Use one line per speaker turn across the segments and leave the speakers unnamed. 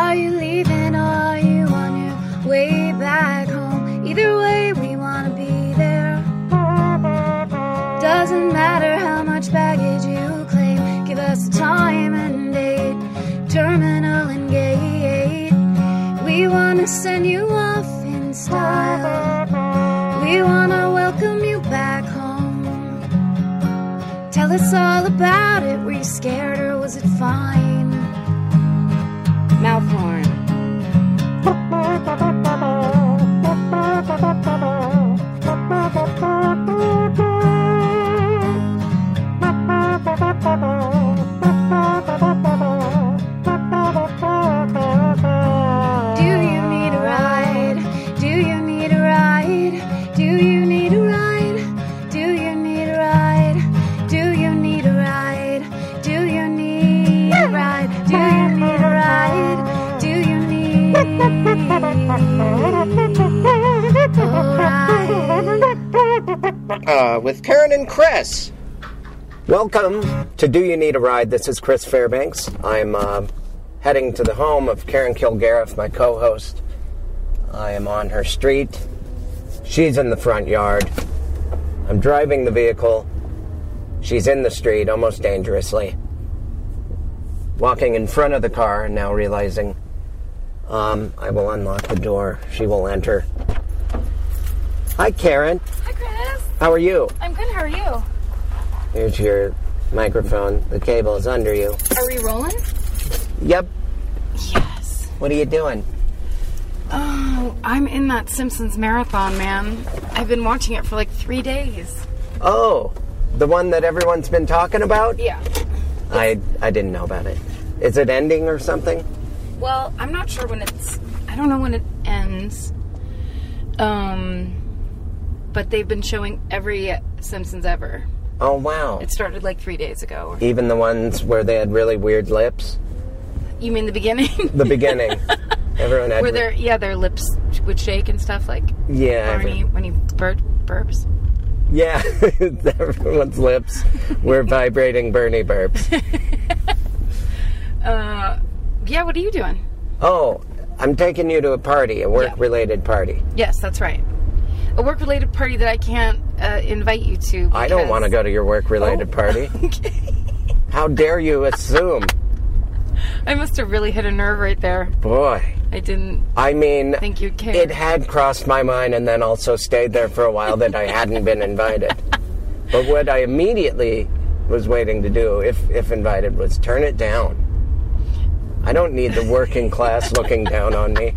Are you leaving? Are you on your way back home? Either way, we wanna be there. Doesn't matter how much baggage you claim, give us a time and date, terminal and gate. We wanna send you off in style. We wanna welcome you back home. Tell us all about it. Were you scared or was it fine? Mouth horn. Do you need a ride? Do you need a ride? Do you need a ride? Do you need a ride? Do you need a ride? Do you need a ride? Do you need a ride? Do you need
Uh, with Karen and Chris. Welcome to Do You Need a Ride? This is Chris Fairbanks. I'm uh, heading to the home of Karen Kilgariff, my co host. I am on her street. She's in the front yard. I'm driving the vehicle. She's in the street, almost dangerously. Walking in front of the car, and now realizing um, I will unlock the door. She will enter. Hi, Karen.
Hi, Chris.
How are you?
I'm good. How are you? Are
Here's your microphone. The cable is under you.
we rolling?
Yep. Yes. What are you doing?
Oh, I'm in that Simpsons marathon, man. I've been watching it for like three days.
Oh, the one that everyone's been talking about?
Yeah.
I I didn't know about it. Is it ending or something?
Well, I'm not sure when it's. I don't know when it ends. Um, but they've been showing every Simpsons ever.
Oh wow.
It started like three days ago.
Even the ones where they had really weird lips.
You mean the beginning?
The beginning. Everyone had
Where their yeah their lips would shake and stuff like
yeah,
when he
every-
when he bur- burps.
yeah. Everyone's lips were vibrating. Bernie burps.
Uh, yeah. What are you doing?
Oh, I'm taking you to a party, a work-related party.
Yes, that's right. A work related party that I can't uh, invite you to.
I don't
because- Oh,
want to go to your work-related party.
Okay.
How dare you assume?
I must have really hit a nerve right there.
Boy.
I didn't
I mean,
think you'd care.
it had crossed my mind and then also stayed there for a while that I hadn't been invited. But what I immediately was waiting to do, if, if invited, was turn it down. I don't need the working class looking down on me.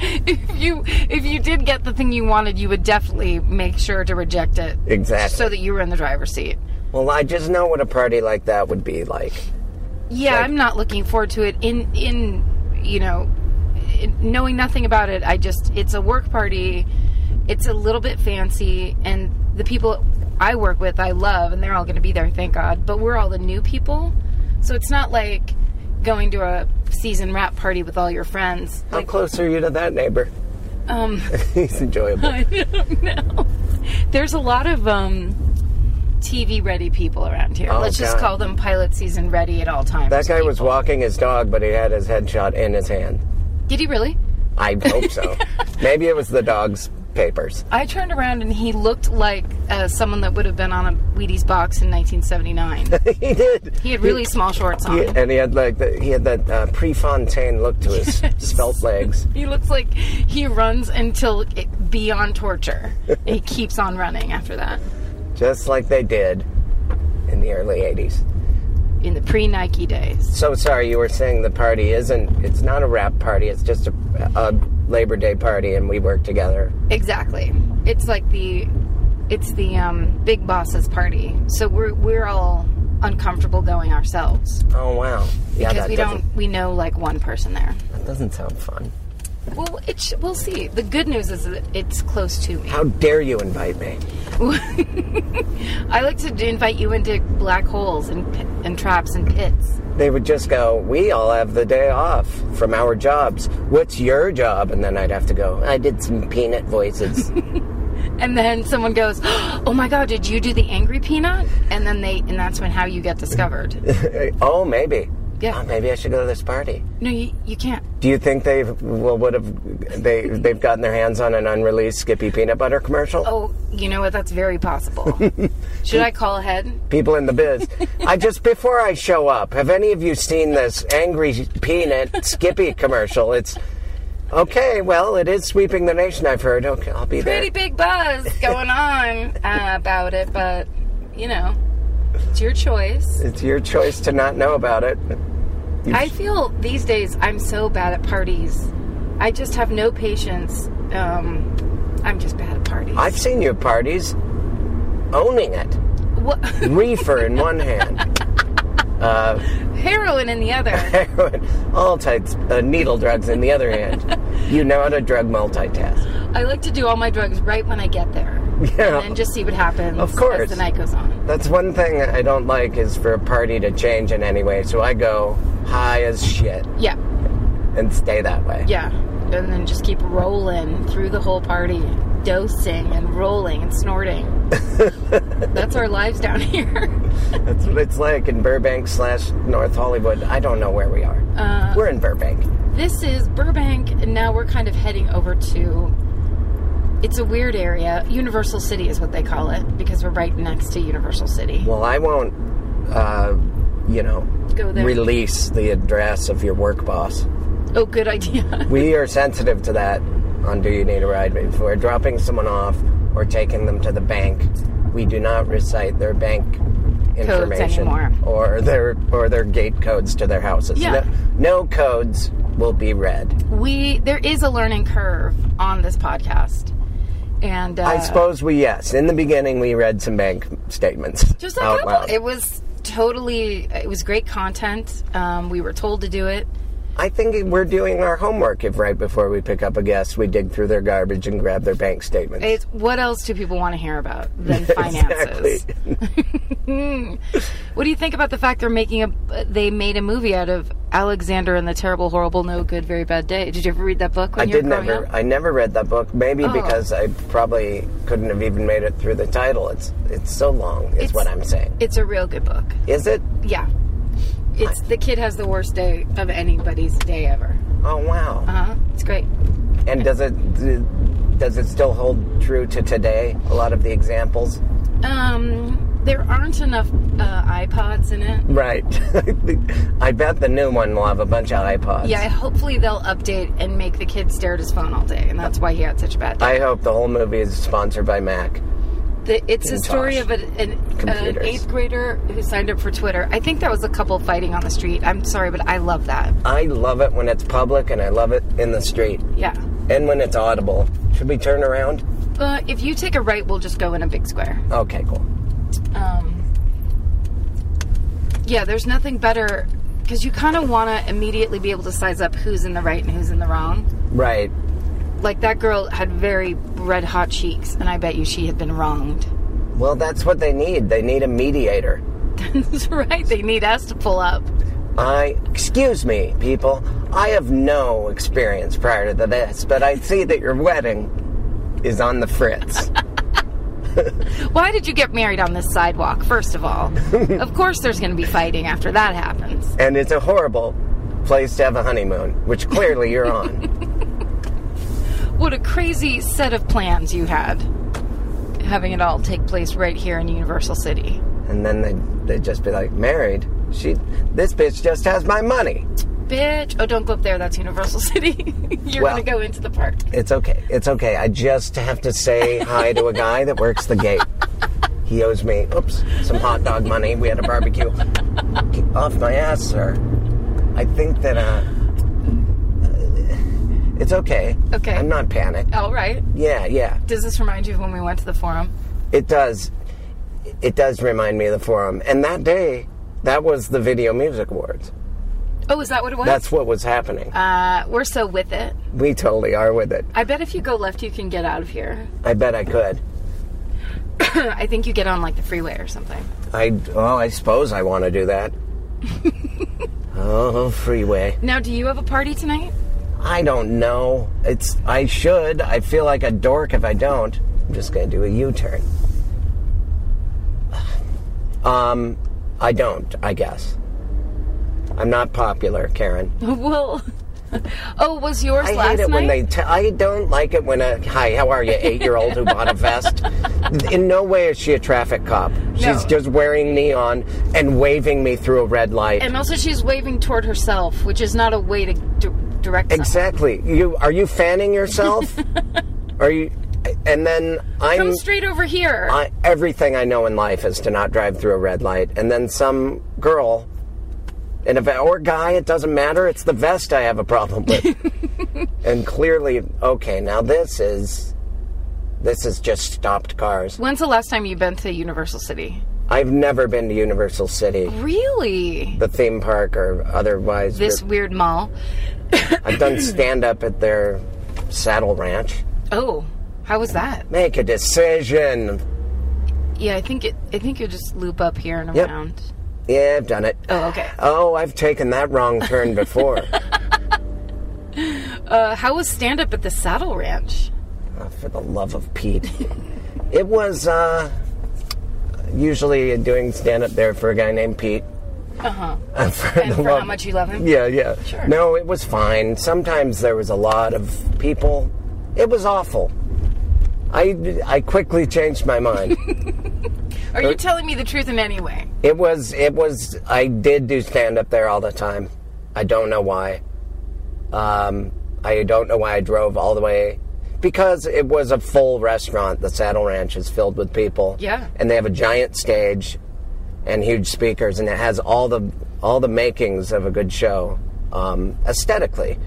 if you if you did get the thing you wanted, you would definitely make sure to reject it
Exactly.
so that you were in the driver's seat.
well, I just know what a party like that would be like.
Yeah, I'm not looking forward to it. In in you know, in, knowing nothing about it, I just it's a work party. It's a little bit fancy, and the people I work with, I love, and they're all going to be there, thank God. But we're all the new people, so it's not like going to a season wrap party with all your friends.
How close are you to that neighbor?
Um,
He's enjoyable.
I don't know. There's a lot of um, TV ready people around here.
Oh,
Let's just
God.
call them pilot season ready at all times.
That guy was walking his dog, but he had his headshot in his hand.
Did he really?
I hope so. Maybe it was the dog's papers.
I turned around and he looked like uh, someone that would have been on a Wheaties box in 1979.
he did.
he had really small shorts on.
He- and he had like the, he had that uh, Prefontaine look to his spelt legs.
He looks like he runs until it, beyond torture. And he keeps on running after that
just like they did in the early 80s.
in the pre Nike days.
So sorry, you were saying the party isn't, it's not a rap party, it's just a, a Labor Day party and we work together.
Exactly. It's like the it's the um, big boss's party. So we're we're all uncomfortable going ourselves
Oh wow. Yeah,
because
that,
we
doesn't,
don't we know like one person there.
that doesn't sound fun.
Well, it sh- we'll see. The good news is that it's close to me.
How dare you invite me?
I like to do- invite you into black holes and pit, and traps and pits.
They would just go, we all have the day off from our jobs. What's your job? And then I'd have to go, I did some peanut voices.
and then someone goes, "Oh my god, did you do the angry peanut?" And then they, and that's when how you get discovered.
oh, maybe.
Yeah.
Oh, maybe I should go to this party.
No, you, you can't.
Do you think they well would have they they've gotten their hands on an unreleased Skippy peanut butter commercial?
Oh, you know what? That's very possible. Should I call ahead?
People in the biz. I just before I show up, have any of you seen this angry peanut Skippy commercial? It's okay. Well, it is sweeping the nation. I've heard. Okay, I'll be
Pretty
there.
big buzz going on uh, about it, but you know, it's your choice.
It's your choice to not know about it.
I feel these days I'm so bad at parties. I just have no patience. Um, I'm just bad at parties.
I've seen you at parties owning it.
what,
Reefer in one hand,
heroin in the other.
heroin, all types uh, needle drugs in the other hand. You know how to drug multitask.
I like to do all my drugs right when I get there,
Yeah.
and just see what happens.
Of course.
as the night goes on.
That's one thing I don't like is for a party to change in any way. So I go high as shit
Yeah,
and stay that way.
yeah, and then just keep rolling through the whole party, dosing and rolling and snorting. That's our lives down here.
That's what it's like in Burbank slash North Hollywood. I don't know where we are.
Uh,
We're in Burbank.
This is Burbank, and now we're kind of heading over to. It's a weird area. Universal City is what they call it because we're right next to Universal City.
Well, I won't, uh, you know,
Go there.
release the address of your work boss.
Oh, good idea.
We are sensitive to that on Do You Need a Ride? If we're dropping someone off or taking them to the bank, we do not recite their bank information
anymore.
or their or their gate codes to their houses.
Yeah.
No, no codes will be read.
We there is a learning curve on this podcast, and uh,
I suppose we yes. In the beginning, we read some bank statements
just a
out
couple.
loud.
It was totally. It was great content. Um, we were told to do it.
I think we're doing our homework if right before we pick up a guest, we dig through their garbage and grab their bank statements.
It's what else do people want to hear about than finances?
Exactly.
What do you think about the fact they're making a? They made a movie out of Alexander and the Terrible, Horrible, No Good, Very Bad Day. Did you ever read that book? When
I
you were
did
growing
never.
Up? Oh.
I never read that book. Maybe because I probably couldn't have even made it through the title. It's it's so long. Is
It's-
what I'm saying.
It's a real good book.
Is it?
Yeah, it's the kid has the worst day of anybody's day ever.
Oh wow!
Uh huh. It's great.
And does it does it still hold true to today? A lot of the examples.
Um, there aren't enough uh, iPods in it.
Right. I bet the new one will have a bunch of iPods.
Yeah, hopefully they'll update and make the kid stare at his phone all day, and that's why he had such a bad day.
I hope the whole movie is sponsored by Mac.
The, it's a
Macintosh.
story of an, an, an
Computers.
eighth grader who signed up for Twitter. I think that was a couple fighting on the street. I'm sorry, but I love that.
I love it when it's public, and I love it in the street,
Yeah.
and when it's audible. Should we turn around?
But if you take a right, we'll just go in a big square.
Okay, cool.
Um, yeah, there's nothing better because you kind of want to immediately be able to size up who's in the right and who's in the wrong.
Right.
Like that girl had very red hot cheeks, and I bet you she had been wronged.
Well, that's what they need. They need a mediator.
That's right. They need us to pull up.
I, excuse me, people, I have no experience prior to this, but I see that your wedding is on the fritz.
Why did you get married on this sidewalk, first of all? of course, there's going to be fighting after that happens.
and it's a horrible place to have a honeymoon, which clearly you're on.
What a crazy set of plans you had. Having it all take place right here in Universal City.
and then they'd, they'd just be like, married? She, this bitch just has my money.
Bitch. Oh, don't go up there. That's Universal City. You're
Well-
going to go into the park.
It's okay. It's okay. I just have to say hi to a guy that works the gate. He owes me, oops, some hot dog money. We had a barbecue. Get off my ass, sir. I think that, uh, it's okay.
Okay. Oh.
I'm not panicked.
All right.
Yeah, yeah.
Does this remind you of when we went to the forum?
It does. It does remind me of the forum. And that day, that was the Video Music Awards.
Oh, is that what it was?
That's what was happening.
uh, we're so with it.
We totally are with it.
I bet if you go left, you can get out of here.
I bet I could.
I think you get on like the freeway or something.
I oh, I suppose I want to do that. oh, freeway.
Now, do you have a party tonight?
I don't know. It's I should. I feel like a dork if I don't. I'm just going to do a U turn. Um, I don't, I guess. I'm not popular, Karen.
well, oh, was yours
I
last
hate it
night?
when they. T- I don't like it when a hi, how are you, eight-year-old who bought a vest. In no way is she a traffic cop. She's
No.
just wearing neon and waving me through a red light.
and also, she's waving toward herself, which is not a way to d- direct. someone.
exactly. You are you fanning yourself? are you? And then I'm.
Come straight over here.
I, everything I know in life is to not drive through a red light. And then some girl, in a ve- or guy, it doesn't matter. It's the vest I have a problem with. and clearly, okay, now this is this is just stopped cars.
When's the last time you've been to Universal City?
I've never been to Universal City,
Really?
the theme park, or otherwise.
This weird mall.
I've done stand up at their Saddle Ranch.
Oh, how was that?
Make a decision.
Yeah, I think it. I think you'll just loop up here and
Yep.
around.
Yeah, I've done it.
Oh, okay.
Oh, I've taken that wrong turn before.
Uh, how was stand up at the Saddle Ranch?
Oh, for the love of Pete. it was uh, usually doing stand up there for a guy named Pete.
Uh-huh.
Uh, for
And
the
for how
love-
much you love him?
Yeah, yeah.
Sure.
No, it was fine. Sometimes there was a lot of people. It was awful. I, I quickly changed my mind.
Are you telling me the truth in any way?
it was it was I did do stand up there all the time. I don't know why. Um, I don't know why I drove all the way because it was a full restaurant. The Saddle Ranch is filled with people.
Yeah.
and they have a giant stage and huge speakers, and it has all the all the makings of a good show um, aesthetically.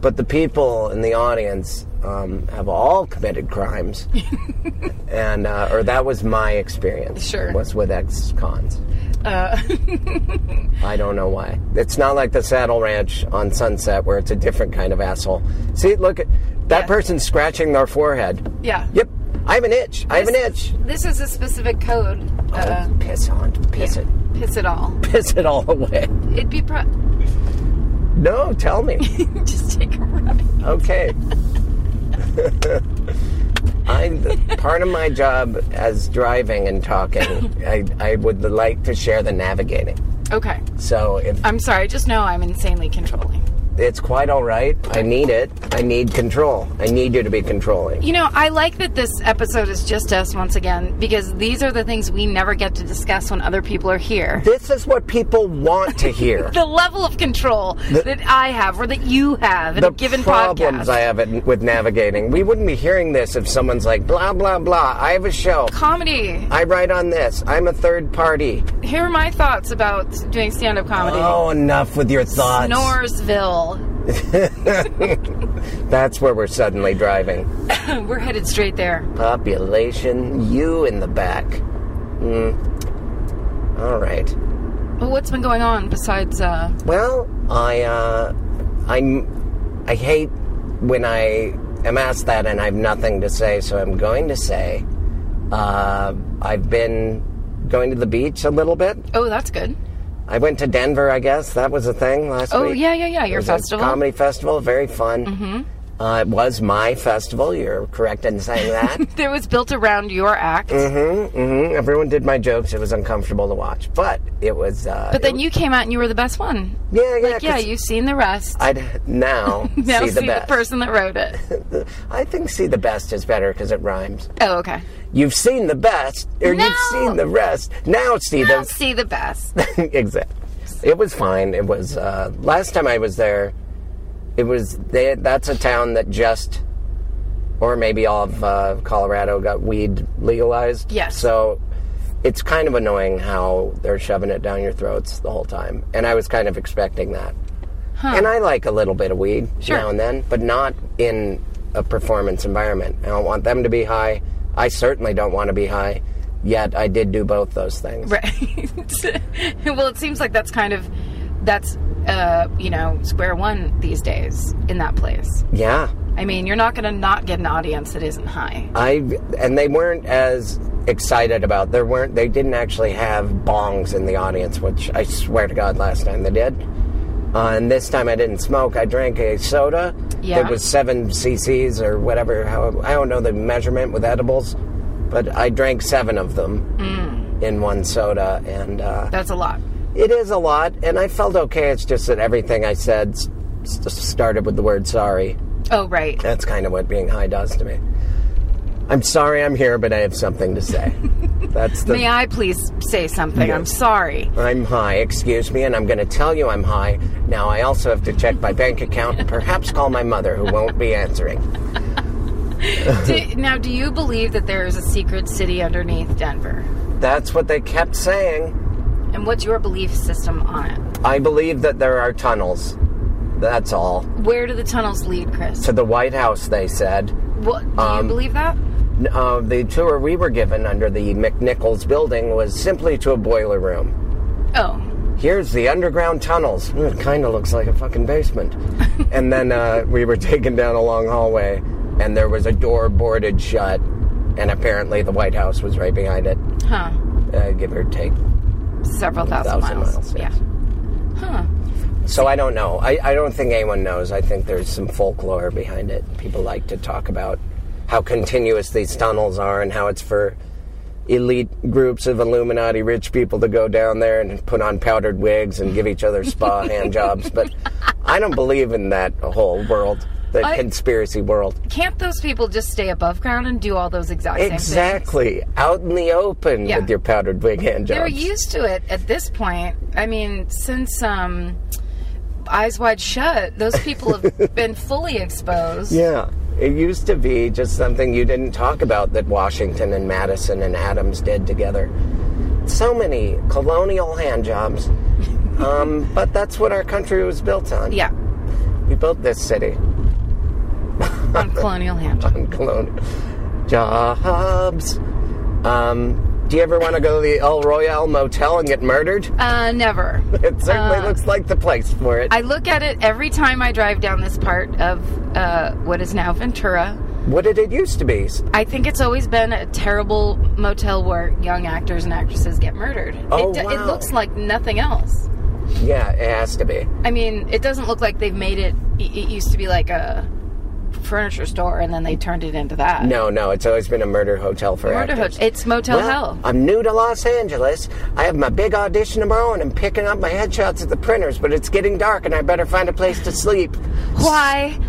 But the people in the audience um, have all committed crimes, and uh, or that was my experience.
Sure.
was with ex-cons. I don't know why. It's not like the Saddle Ranch on Sunset where it's a different kind of asshole. See, look at that
Yeah.
person scratching their forehead.
Yeah.
Yep. I have an itch. I have an itch.
This is a specific code. Uh,
oh, piss on. Piss
yeah.
it.
Piss it all.
Piss it all away.
It'd be pro-
No, tell me.
just take a ride.
okay. I part of my job as driving and talking, I, I would like to share the navigating.
Okay.
So if
I'm sorry. Just know I'm insanely controlling.
it's quite all right, I need it. I need control. I need you to be controlling.
You know, I like that this episode is just us once again because these are the things we never get to discuss when other people are here.
This is what people want to hear.
The level of control that I have or that you have in
the
a given
problems
podcast.
I have in- with navigating. We wouldn't be hearing this if someone's like, blah, blah, blah. I have a show.
Comedy.
I write on this. I'm a third party.
Here are my thoughts about doing stand up comedy.
Oh, enough with your thoughts.
Norsville.
That's where we're suddenly driving.
We're headed straight there.
Population, you in the back. Mm. All right.
Well, what's been going on besides uh,
Well, I, uh, I'm, I hate when I am asked that and I have nothing to say, so I'm going to say, uh, I've been going to the beach a little bit.
Oh, that's good.
I went to Denver, I guess. That was a thing last
Oh,
week.
yeah, yeah, yeah,
It
your
was
festival.
A comedy festival, very fun. Mm-hmm. Uh, it was my festival. You're correct in saying that.
There was built around your act,
mm-hmm. Everyone did my jokes. It was uncomfortable to watch, but it was. Uh,
but then you came out and you were the best one.
yeah, yeah,
Like, yeah,
'cause
you've seen the rest.
I'd now,
now
see the best.
person that wrote it.
I think "see the best" is better because it rhymes.
Oh, okay.
You've seen the best, or
No.
you've seen the rest. Now see
I'll
the
see the best.
exactly. It was fine. It was uh, last time I was there. It was they, that's a town that just, or maybe all of uh, Colorado got weed legalized.
Yes.
So it's kind of annoying how they're shoving it down your throats the whole time, and I was kind of expecting that. And I like a little bit of weed
Sure.
now and then, but not in a performance environment. I don't want them to be high. I certainly don't want to be high. Yet I did do both those things.
Right. well, it seems like that's kind of that's uh, you know square one these days in that place.
Yeah.
I mean, you're not going to not get an audience that isn't high.
I and they weren't as excited about. There weren't. They didn't actually have bongs in the audience, which I swear to God, last time they did. Uh, and this time I didn't smoke. I drank a soda
Yeah.
that was seven cc's or whatever. How I don't know the measurement with edibles, but I drank seven of them in one soda, and uh,
That's a lot.
it is a lot. And I felt okay. It's just that everything I said s- s- started with the word sorry.
Oh, right.
That's kind of what being high does to me. I'm sorry I'm here, but I have something to say. That's the.
May I please say something? I'm
Yes.
sorry.
I'm high, excuse me, and I'm going to tell you I'm high. Now I also have to check my bank account and perhaps call my mother, who won't be answering.
do, now, do you believe that there is a secret city underneath Denver?
That's what they kept saying.
And what's your belief system on it?
I believe that there are tunnels. That's all.
Where do the tunnels lead, Chris?
To the White House, they said.
What, do
um,
you believe that?
N- Uh, the tour we were given under the McNichols building was simply to a boiler room.
Oh,
here's the underground tunnels. Mm, It kind of looks like a fucking basement. and then uh, we were taken down a long hallway, and there was a door boarded shut, and apparently the White House was right behind it,
huh.
uh, give or take.
Several thousand,
thousand
miles.
miles,
yeah.
yes.
Huh.
So I don't know. I, I don't think anyone knows. I think there's some folklore behind it. People like to talk about how continuous these tunnels are and how it's for elite groups of Illuminati rich people to go down there and put on powdered wigs and give each other spa hand jobs. But I don't believe in that whole world, the
I-
conspiracy world.
Can't those people just stay above ground and do all those exact same things?
Exactly. Out in the open
Yeah.
with your powdered wig hand jobs.
They're used to it at this point. I mean, since um, Eyes Wide Shut, those people have been fully exposed.
Yeah. It used to be just something you didn't talk about that Washington and Madison and Adams did together. So many colonial hand jobs. Um, but that's what our country was built on.
Yeah,
We built this city
on Colonial Hand.
on colonial jobs. Um, do you ever want to go to the El Royale Motel and get murdered?
Uh, never.
It certainly
Uh,
looks like the place for it.
I look at it every time I drive down this part of uh, what is now Ventura.
what did it used to be?
I think it's always been a terrible motel where young actors and actresses get murdered.
Oh,
it, do- it
wow.
looks like nothing else.
Yeah, it has to be.
I mean, it doesn't look like they've made it. It it used to be like a furniture store, and then they turned it into that.
No, no, it's always been a murder hotel for
Murder
actors.
Hotel. It's Motel
Well,
Hell.
I'm new to Los Angeles. I have my big audition tomorrow, and I'm picking up my headshots at the printers. But it's getting dark, and I better find a place to sleep.
Why?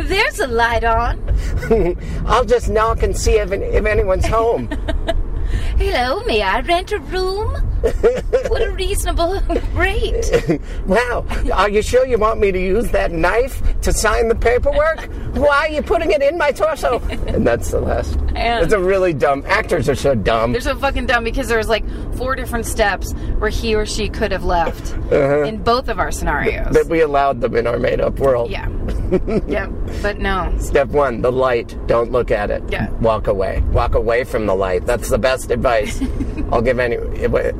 There's a light on.
I'll just knock and see if, if anyone's home.
Hello, may I rent a room? what a reasonable rate.
wow, are you sure you want me to use that knife to sign the paperwork? Why are you putting it in my torso? And that's the last.
And-
it's a really dumb. Actors are so dumb.
They're so fucking dumb because there was like four different steps where he or she could have left in both of our scenarios.
Uh-huh. That we allowed them in our made-up world.
yeah. yep. But no.
Step one, the light. Don't look at it.
Yeah.
Walk away. Walk away from the light. That's the best advice I'll give any,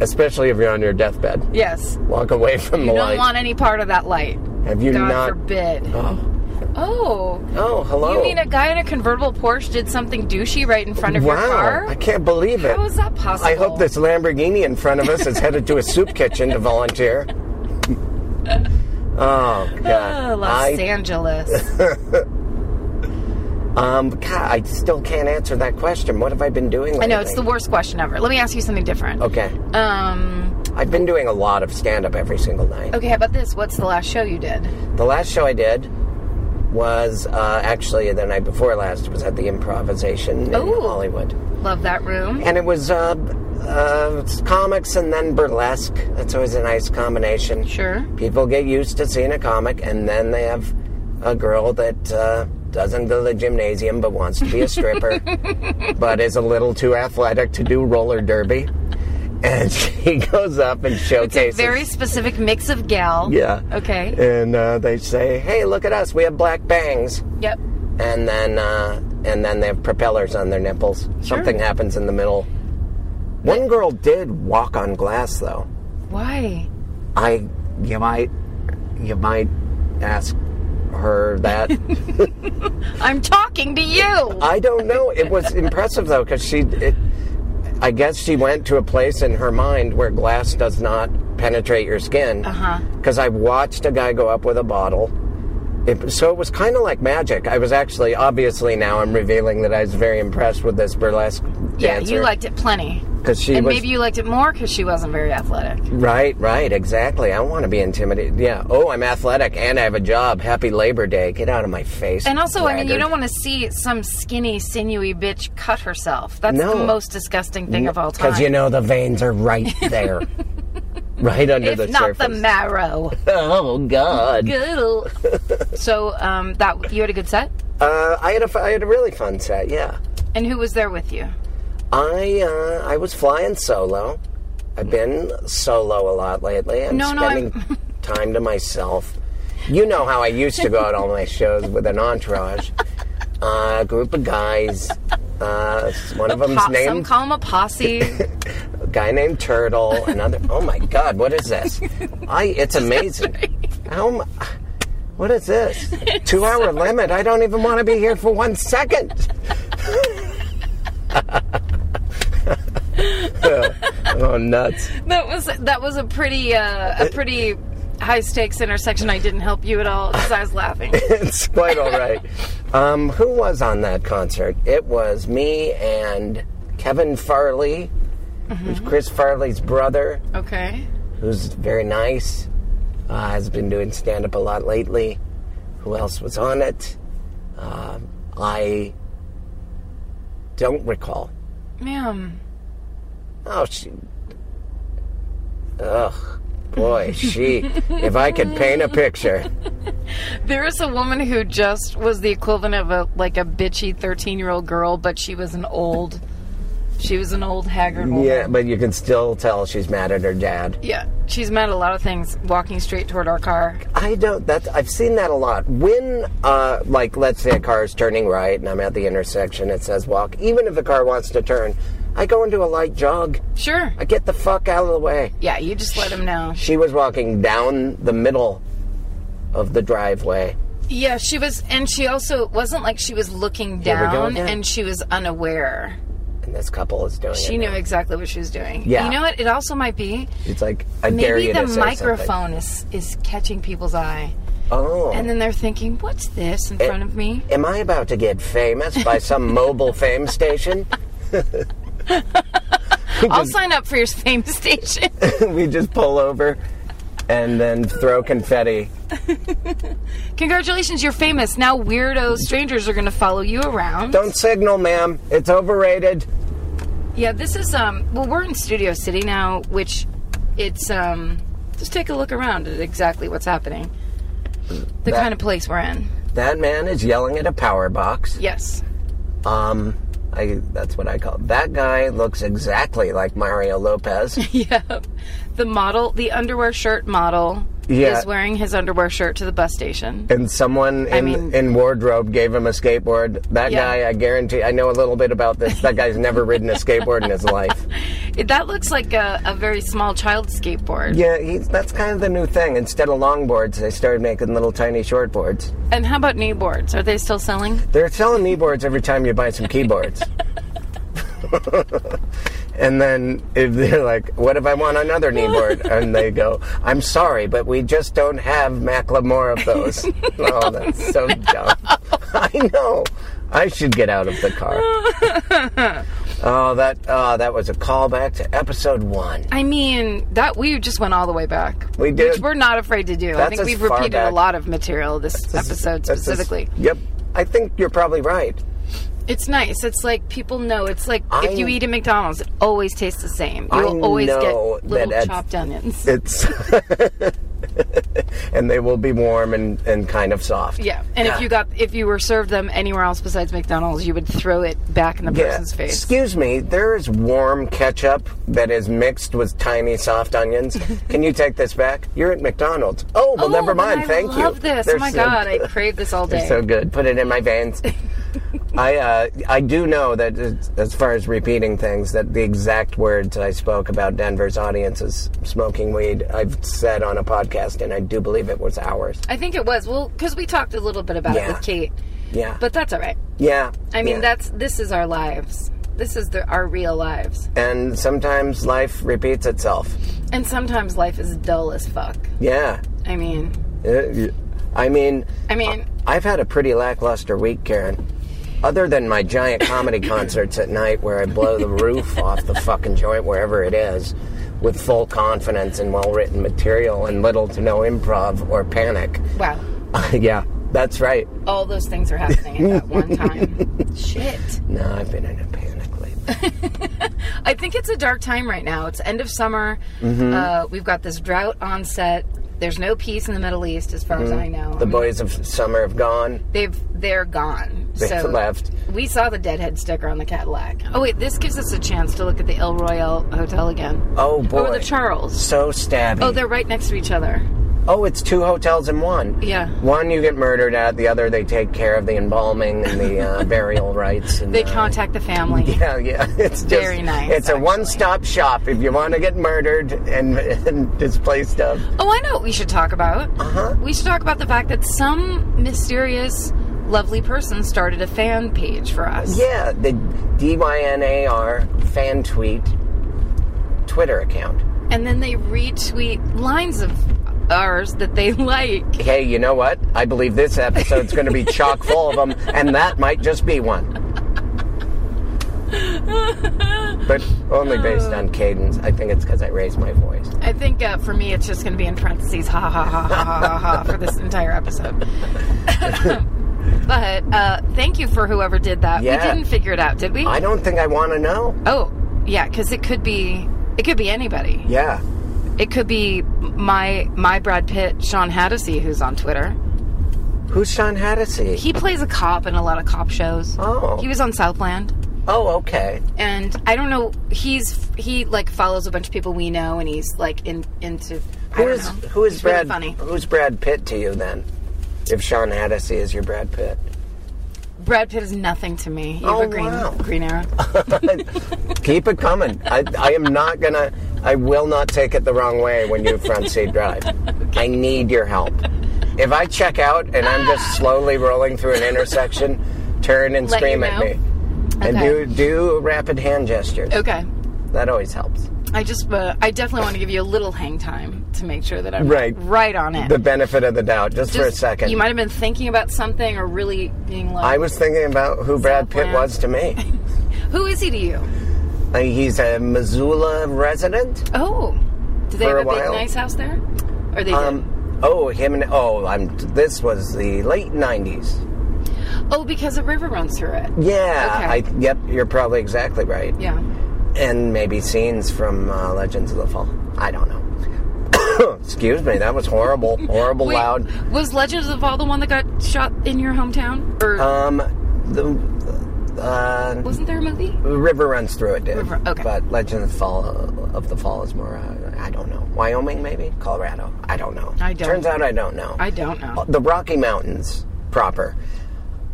especially if you're on your deathbed.
Yes.
Walk away from the
You don't
light.
want any part of that light.
Have you
God
not?
forbid.
Oh.
Oh.
Oh, hello.
You mean a guy in a convertible Porsche did something douchey right in front of your
wow!
car?
I can't believe it.
How is that possible?
I hope this Lamborghini in front of us is headed to a soup kitchen to volunteer. oh
Oh,
God!
Los
I
Angeles.
um, God, I still can't answer that question. What have I been doing?
I
Lately?
know it's the worst question ever. Let me ask you something different.
Okay,
Um.
I've been doing a lot of stand-up every single night.
Okay. How about this? What's the last show you did?
The last show I did was uh, actually the night before last was at the Improvisation
Ooh.
in Hollywood,
Love that room.
and it was uh, uh, it's comics and then burlesque. That's always a nice combination.
Sure.
People get used to seeing a comic, and then they have a girl that uh, doesn't go to the gymnasium but wants to be a stripper, but is a little too athletic to do roller derby, and she goes up and
It's a
showcases.
very specific mix of gal.
yeah.
Okay.
and uh, they say, "Hey, look at us! We have black bangs."
Yep.
And then, uh, and then they have propellers on their nipples. Something happens in the middle. One girl did walk on glass, though.
Why?
I, you might, you might ask her that.
I'm talking to you.
I don't know. It was impressive though, because she, it, I guess she went to a place in her mind where glass does not penetrate your skin.
Uh-huh.
Because I watched a guy go up with a bottle. It, so it was kind of like magic. I was actually, obviously, now I'm revealing that I was very impressed with this burlesque
Yeah,
dancer.
you liked it plenty.
because she
and
was
maybe you liked it more because she wasn't very athletic.
right, right, exactly. I want to be intimidated. Yeah. Oh, I'm athletic and I have a job. Happy Labor Day. Get out of my face.
And also, I mean, you
braggart.
don't want to see some skinny, sinewy bitch cut herself. That's
No.
the most disgusting thing of all time.
Because you know the veins are right there, right under
if
the
not
surface.
the marrow.
oh God!
Good ol'- so, um, that you had a good set,
Uh, I had a fu- I had a really fun set. Yeah,
and who was there with you?
I uh, I was flying solo. I've been solo a lot lately. I'm
No, no,
spending
I'm-
time to myself. You know how I used to go out all my shows with an entourage, uh, a group of guys. Uh, one of them's
Po- some
named
call him a posse.
a guy named Turtle. Another. Oh my God! What is this? I. It's amazing. How. mu- What is this? Two hour limit. I don't even want to be here for one second. oh nuts!
that was that was a pretty uh, a pretty high stakes intersection. I didn't help you at all because I was laughing.
It's quite all right. Um, who was on that concert? It was me and Kevin Farley, who's Chris Farley's brother.
Okay.
who's very nice, uh, has been doing stand up a lot lately. Who else was on it? Uh, I don't recall.
Ma'am.
Oh, she. Ugh. Boy, she. If I could paint a picture.
There is a woman who just was the equivalent of a like a bitchy thirteen year old girl, but she was an old she was an old haggard woman.
Yeah, but you can still tell she's mad at her dad.
Yeah. She's mad at a lot of things walking straight toward our car.
I don't. That I've seen that a lot. When, uh, like, let's say a car is turning right and I'm at the intersection, it says walk. Even if the car wants to turn, I go into a light jog.
Sure.
I get the fuck out of the way.
Yeah, you just let him know.
She was walking down the middle of the driveway.
Yeah, she was and she also it wasn't like she was looking
Here we go
down
again.
and she was unaware.
And this couple is doing
She
it.
knew exactly what she was doing.
Yeah.
You know what? It also might be
It's like, I dare
maybe
you
the
to say
microphone is is catching people's eye.
something. Oh.
And then they're thinking, What's this
Eh,
in front of me?
Am I about to get famous by some mobile fame station?
I'll sign up for your fame station.
we just pull over and then throw confetti.
Congratulations, you're famous. Now weirdo strangers are going to follow you around.
Don't signal, ma'am. It's overrated.
Yeah, this is um well we're in Studio City now, which it's um just take a look around at exactly what's happening. The
That-
kind of place we're in.
That man is yelling at a power box.
Yes.
Um, I that's what I call. That guy looks exactly like Mario Lopez.
yeah. The model, the underwear shirt model
Yeah.
is wearing his underwear shirt to the bus station.
and someone in,
mean-
in wardrobe gave him a skateboard. That
Yeah.
guy, I guarantee, I know a little bit about this. That guy's never ridden a skateboard in his life.
It- That looks like a, a very small child skateboard.
Yeah, he's, that's kind of the new thing. Instead of longboards, they started making little tiny shortboards.
And how about knee boards? Are they still selling?
They're selling kneeboards every time you buy some keyboards. and then if they're like, "What if I want another kneeboard?" and they go, "I'm sorry, but we just don't have Macklemore of those." oh, that's so dumb. I know. I should get out of the car. oh, that oh, that was a callback to episode one.
I mean, that we just went all the way back.
We did.
Which we're not afraid to do. I
That's
think
as
we've
far
repeated a
back-
lot of material this
This is-
episode
this is-
specifically.
yep. I think you're probably right.
It's nice. It's like people know. It's like
I-
if you eat at McDonald's, it always tastes the same.
I
You'll always get
know that
little
that's-
chopped onions.
It's and they will be warm and, and kind of soft.
yeah. And if you got if you were served them anywhere else besides McDonald's, you would throw it back in the
Yeah.
person's face.
Excuse me, there is warm ketchup that is mixed with tiny soft onions. Can you take this back? You're at McDonald's. Oh, well,
Oh,
never
then
mind.
I
Thank you.
love this.
They're
oh my
so
god, I
good.
crave this all day.
They're so good. Put it in my veins. I uh, I do know that it's- as far as repeating things, that the exact words I spoke about Denver's audiences smoking weed, I've said on a podcast, and I do believe it was ours.
I think it was. Well, cuz we talked a little bit about
Yeah.
it with Kate.
Yeah,
But that's all right.
yeah.
I mean,
yeah.
that's this is our lives. This is the, our real lives.
And sometimes life repeats itself.
And sometimes life is dull as fuck.
Yeah.
I mean,
Uh, I mean,
I mean,
I've had a pretty lackluster week, Karen. Other than my giant comedy concerts at night where I blow the roof off the fucking joint wherever it is with full confidence and well written material and little to no improv or panic.
wow.
yeah, that's right.
All those things are happening at that one time. Shit.
No, I've been in a panic lately.
I think it's a dark time right now. It's end of summer.
Mm-hmm.
Uh, we've got this drought onset. There's no peace in the Middle East, as far as I know.
Mm-hmm. The boys of summer have gone.
They've they're gone.
They've
so
left.
We saw the deadhead sticker on the Cadillac. Oh wait, this gives us a chance to look at the El Royale Hotel again.
Oh boy.
Or the Charles.
so stabby.
Oh, they're right next to each other.
Oh, it's two hotels in one.
Yeah.
One you get murdered at, the other they take care of the embalming and the uh, burial rites. And,
They
uh,
contact the family.
Yeah, yeah. It's just,
Very nice,
It's a
actually.
one-stop shop if you want to get murdered and, and display stuff.
Oh, I know what we should talk about. Uh-huh. We should talk about the fact that some mysterious, lovely person started a fan page for us.
Yeah, the DYNAR fan tweet Twitter account.
And then they retweet lines of ours that they like.
Hey, you know what? I believe this episode's going to be chock full of them, and that might just be one. But only based on cadence. I think it's because I raised my voice.
I think uh, for me, it's just going to be in parentheses, ha ha ha ha ha ha, ha for this entire episode. but uh, thank you for whoever did that.
Yeah.
We didn't figure it out, did we?
I don't think I want to know.
oh, yeah, because it could be it could be anybody.
Yeah.
It could be my my Brad Pitt, Sean Hattasey, who's on Twitter.
Who's Sean Hattasey?
He plays a cop in a lot of cop shows.
Oh.
He was on Southland.
oh, okay.
and I don't know. He's he like follows a bunch of people we know, and he's like in into. I
Who
don't
is
know.
who is
He's
Brad?
Really funny.
Who's Brad Pitt to you then? If Sean Hattasey is your Brad Pitt,
Brad Pitt is nothing to me. You
Oh,
have a green
wow.
green arrow.
keep it coming. I, I am not gonna. I will not take it the wrong way when you front seat drive. I need your help. If I check out and I'm just slowly rolling through an intersection, turn and
Ah. Let you
scream at
know.
me, and
Okay. Oh.
do do rapid hand gestures.
Okay,
That always helps.
I just uh, I definitely want to give you a little hang time to make sure that I'm
Right.
right on it.
The benefit of the doubt, just, for a
Just-
second.
you might have been thinking about something or really being like,
I was thinking about who Brad Pitt
Southland.
was to me.
"Who is he to you?"
Uh, He's a Missoula resident.
Oh, do they
For
have
a
a, big
while.
nice house there? Or they did?
Um, oh, him and oh, I'm. This was the late '90s.
Oh, because a river runs through it.
Yeah.
Okay.
I. Yep. You're probably exactly right.
Yeah.
And maybe scenes from uh, Legends of the Fall. I don't know. Excuse me. That was horrible. Horrible.
Wait,
loud.
Was Legends of All the one that got shot in your hometown? Or
Um. The. Uh,
wasn't there a movie?
river runs through it, did.
River- okay.
But Legend of the Fall of the Fall is more. Uh, I don't know. Wyoming, maybe Colorado. I don't know.
I don't.
Turns out I don't know.
I don't know.
the Rocky Mountains proper.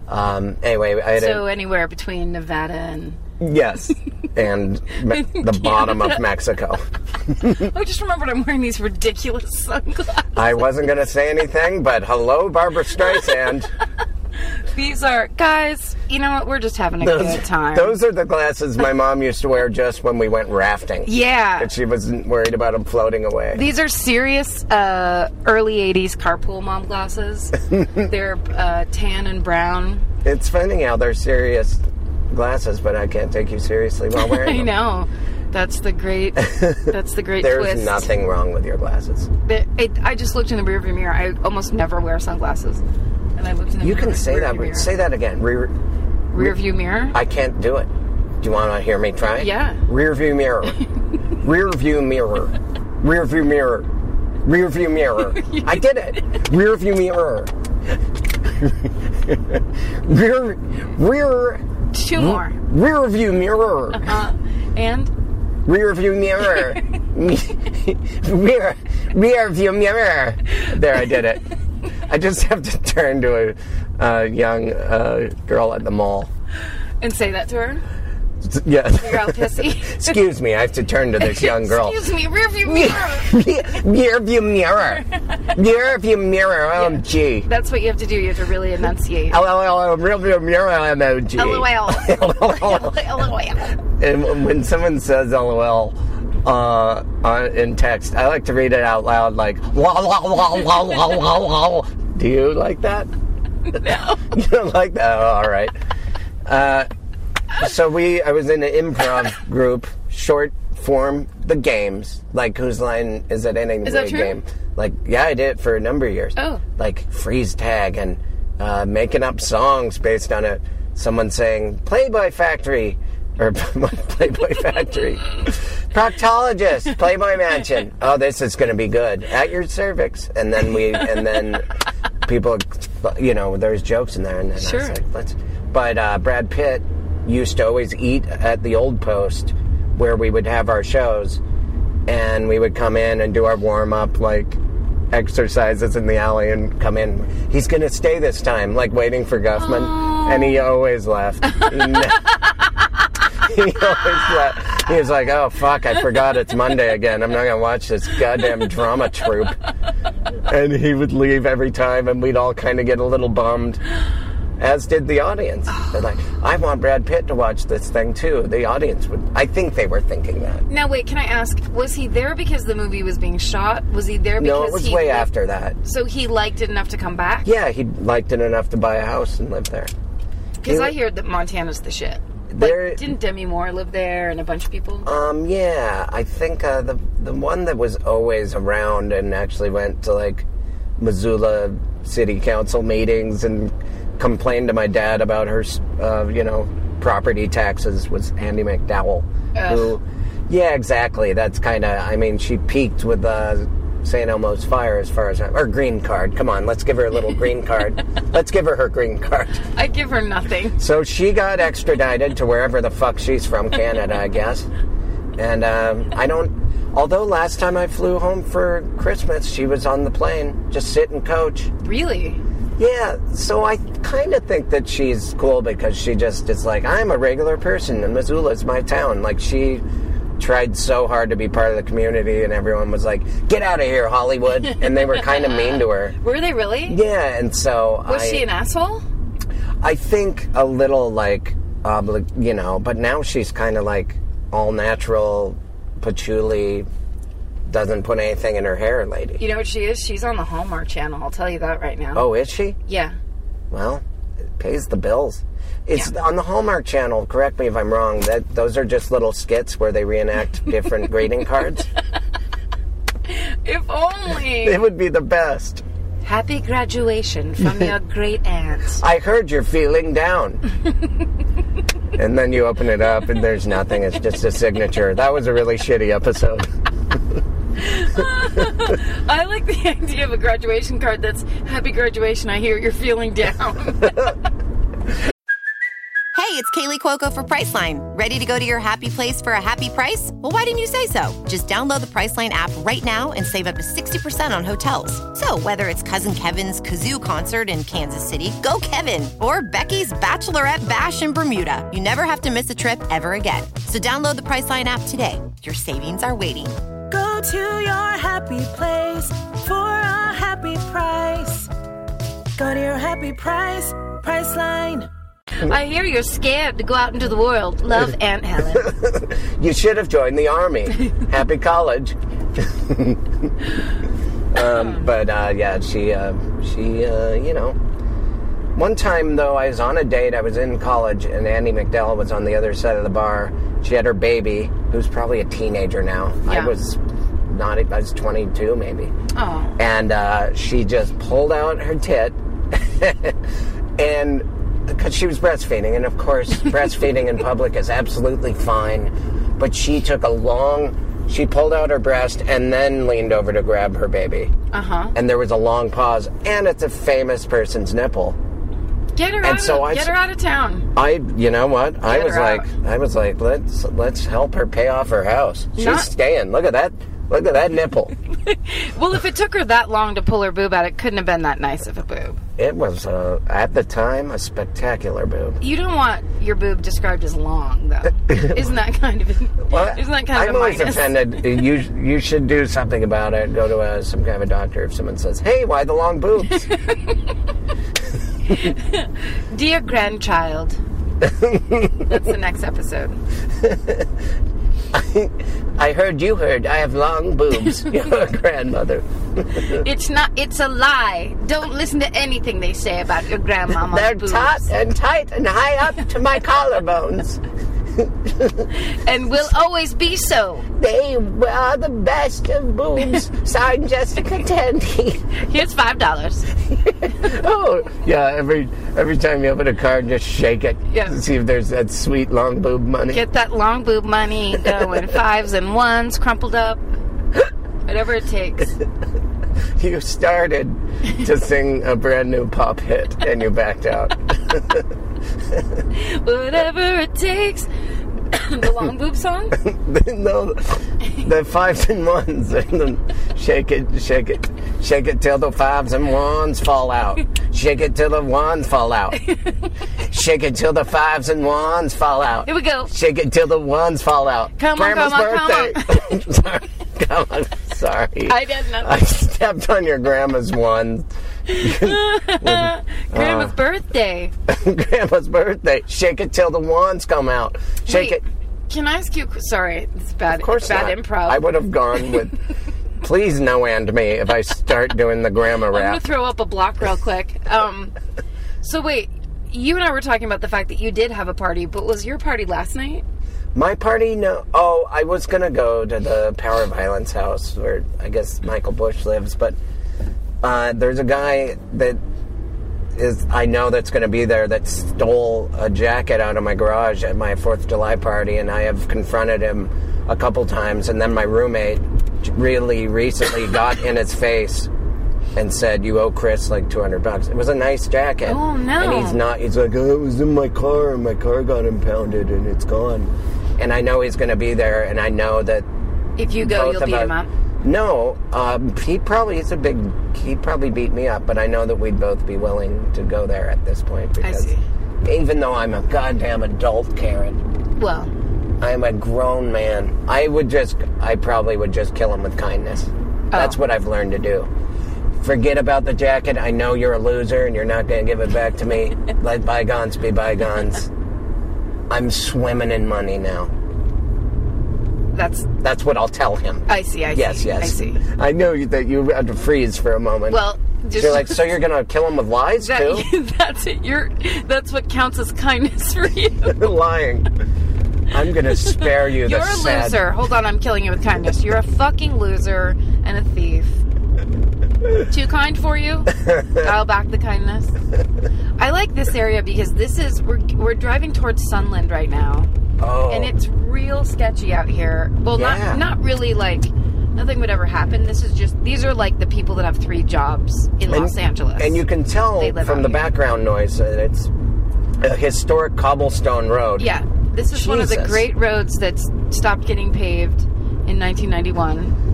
Um, anyway, I had
So
a,
anywhere between Nevada and
yes, and me- the bottom of Mexico.
I just remembered I'm wearing these ridiculous sunglasses.
I wasn't going to say anything, but hello, Barbara Streisand.
These are guys. You know what? We're just having a good time.
those are the glasses my mom used to wear just when we went rafting.
yeah.
If she wasn't worried about them floating away.
These are serious uh, early '80s carpool mom glasses. They're uh, tan and brown.
it's funny how they're serious glasses, but I can't take you seriously while wearing
I
them.
know. That's the great. That's the great
There's
twist.
nothing wrong with your glasses.
It, it, I just looked in the rearview mirror. I almost never wear sunglasses, and I looked in the
You can
rear-
say that.
rearview mirror.
Say that again. Re-
rearview mirror.
I can't do it. Do you want to hear me try?
Yeah.
Rear view mirror. Rear view mirror. Rear view mirror. Rear view mirror. I did it. Rear view mirror. rear rear Hmm?
Two more.
rear view mirror.
Uh, and
Rear view mirror. rear rear view mirror. There I did it. I just have to turn to a uh, young uh, girl at the mall.
and say that to her.
Yeah.
You're all pissy.
Excuse me, I have to turn to this young girl.
Excuse me, rearview mirror.
Rearview mirror. Rearview mirror. oh, OMG.
That's what you have to do. You have to really enunciate.
LOL. Rearview mirror. oh, OMG.
LOL.
LOL.
LOL.
And when someone says LOL uh, on, in text, I like to read it out loud, like la la la la la la la. Do you like that?
No.
You don't like that? Oh, all right. Uh, so we, I was in an improv group, short form, the games, like whose line is it ending?
Is that
the
true?
game. Like, yeah, I did it for a number of years.
Oh.
Like freeze tag and uh, making up songs based on a someone saying Playboy Factory or Playboy Factory, Proctologist, Playboy Mansion. Oh, this is going to be good at your cervix, and then we and then people, you know, there's jokes in there, and then I
Sure.
was like, let's. But uh, Brad Pitt used to always eat at the old post where we would have our shows and we would come in and do our warm up like exercises in the alley and come in. He's gonna stay this time, like waiting for Guffman, and he always left. He, ne- he always left. He was like, "Oh fuck, I forgot it's Monday again. I'm not gonna watch this goddamn drama troupe." And he would leave every time, and we'd all kind of get a little bummed. As did the audience.
Ah.
They're like, I want Brad Pitt to watch this thing too. The audience would. I think they were thinking that.
Now wait, can I ask? Was he there because the movie was being shot? Was he there because
No, it was
he
way
lived-
after that.
So he liked it enough to come back?
Yeah, he liked it enough to buy a house and live there.
Because
He-
I hear that Montana's the shit. Like,
There-
didn't Demi Moore live there and a bunch of people?
Um, yeah, I think uh, the the one that was always around and actually went to like Missoula City Council meetings and complained to my dad about her, s- uh, you know, property taxes was Andy McDowell. Who, yeah, exactly. That's kind of. I mean, she peaked with uh, St. Elmo's fire as far as I, or green card. Come on, let's give her a little green card. let's give her her green card.
I'd give her nothing.
So she got extradited to wherever the fuck she's from, Canada, I guess. And um, I don't. Although last time I flew home for Christmas, she was on the plane, just sit and coach.
Really?
Yeah, so I kind of think that she's cool because she just is like, I'm a regular person and Missoula's my town. Like, she tried so hard to be part of the community, and everyone was like, Get out of here, Hollywood. And they were kind of mean to her.
Were they really?
Yeah, and so.
Was
I,
she an asshole?
I think a little like, obli- you know, but now she's kind of like all natural, patchouli, doesn't put anything in her hair lady.
You know what she is? She's on the Hallmark Channel. I'll tell you that right now.
Oh, is she?
Yeah.
Well, it pays the bills. It's on the Hallmark Channel. Correct me if I'm wrong. That those are just little skits where they reenact different greeting cards.
If only.
It would be the best.
Happy graduation from your great aunt.
I heard you're feeling down. and then you open it up and there's nothing. It's just a signature. That was a really shitty episode.
I like the idea of a graduation card that's happy graduation. I hear you're feeling down.
Hey, it's Kaylee Cuoco for Priceline. Ready to go to your happy place for a happy price? Well, why didn't you say so? Just download the Priceline app right now and save up to 60% on hotels. So, whether it's Cousin Kevin's Kazoo concert in Kansas City, go Kevin, or Becky's Bachelorette Bash in Bermuda, you never have to miss a trip ever again. So, download the Priceline app today. Your savings are waiting.
Go to your happy place for a happy price. Go to your happy price, price line.
I hear you're scared to go out into the world. Love Aunt Helen.
You should have joined the army. Happy college. um, but uh, yeah, she uh, she uh, you know. One time though, I was on a date. I was in college, and Andy McDowell was on the other side of the bar. She had her baby, who's probably a teenager now. I
Yeah.
was not. I was twenty two, maybe
Oh.
and uh, she just pulled out her tit and because she was breastfeeding and of course breastfeeding in public is absolutely fine but she took a long she pulled out her breast and then leaned over to grab her baby
Uh-huh.
and there was a long pause and it's a famous person's nipple
Get her
And
out
so
of
I
get
s-
her out of town.
I, you know what? I
Get
was
her
like,
out.
I was like, let's let's help her pay off her house. She's
Not-
staying. Look at that. Look at that nipple.
Well, if it took her that long to pull her boob out, it couldn't have been that nice of a boob.
It was uh, at the time a spectacular boob.
You don't want your boob described as long, though. Isn't that kind of? isn't that kind
I'm
of a
always
minus?
offended. You you should do something about it. Go to a, some kind of a doctor if someone says, "Hey, why the long boobs?"
Dear grandchild. That's the next episode.
I heard you heard. I have long boobs. Your grandmother.
It's not. It's a lie. Don't listen to anything they say about your grandmama's
They're
boobs.
taut and tight and high up to my collarbones.
and will always be so.
They are the best of boobs. Signed, Jessica Tandy.
Here's five dollars.
Oh yeah, every every time you open a card, just shake it.
Yeah.
See if there's that sweet long boob money.
Get that long boob money going. Fives and ones, crumpled up. Whatever it takes.
you started to sing a brand new pop hit and you backed out.
Whatever it takes. the long boob song?
no, the fives and ones and then shake it, shake it, shake it till the fives and ones fall out. Shake it till the ones fall out. Shake it till the fives and ones fall out.
Here we go.
Shake it till the ones fall out.
Come on,
Grandma's
come on,
birthday. sorry, come on. Sorry.
I did nothing.
I stepped on your grandma's one.
Grandma's birthday.
grandma's birthday. Shake it till the wands come out. Shake
Wait,
it.
Can I ask you? Sorry, it's bad.
Of course
it's bad
not.
improv.
I would have gone with. Please no and me if I start doing the grammar
I'm gonna
rap.
throw up a block real quick. Um, so wait, you and I were talking about the fact that you did have a party, but was your party last night?
My party, no. Oh, I was gonna go to the Power Violence House where I guess Michael Bush lives, but uh, there's a guy that is I know that's gonna be there that stole a jacket out of my garage at my Fourth of July party, and I have confronted him a couple times, and then my roommate really recently got in his face. And said, "You owe Chris like two hundred bucks." It was a nice jacket.
Oh, no.
And he's not. He's like, "Oh, it was in my car, and my car got impounded, and it's gone." And I know he's going to be there, and I know that
If you
both
go, you'll
of
beat
us-
him up.
No, um, he probably is a big. He probably beat me up, but I know that we'd both be willing to go there at this point because
see.
even though I'm a goddamn adult, Karen,
Well,
I'm a grown man. I would just. I probably would just kill him with kindness.
Oh.
That's what I've learned to do. Forget about the jacket. I know you're a loser and you're not going to give it back to me. Let bygones be bygones. I'm swimming in money now.
that's.
That's what I'll tell him.
I see. I see.
Yes, yes.
I see.
I know you- that you had to freeze for a moment.
Well, just
you're like, so you're gonna kill him with lies too?
that, that's it. You're. That's what counts as kindness for you.
Lying. I'm gonna spare you.
You're
the
a
sad-
loser. Hold on, I'm killing you with kindness. You're a fucking loser and a thief. Too kind for you. Dial back the kindness. I like this area because this is we're we're driving towards Sunland right now,
Oh,
and it's real sketchy out here. Well,
Yeah.
not not really like nothing would ever happen. This is just these are like the people that have three jobs in Los Angeles.
and you can tell
They live
from
out
the
here.
background noise that it's a historic cobblestone road.
yeah, this is one of the
Jesus.
great roads that stopped getting paved in 1991.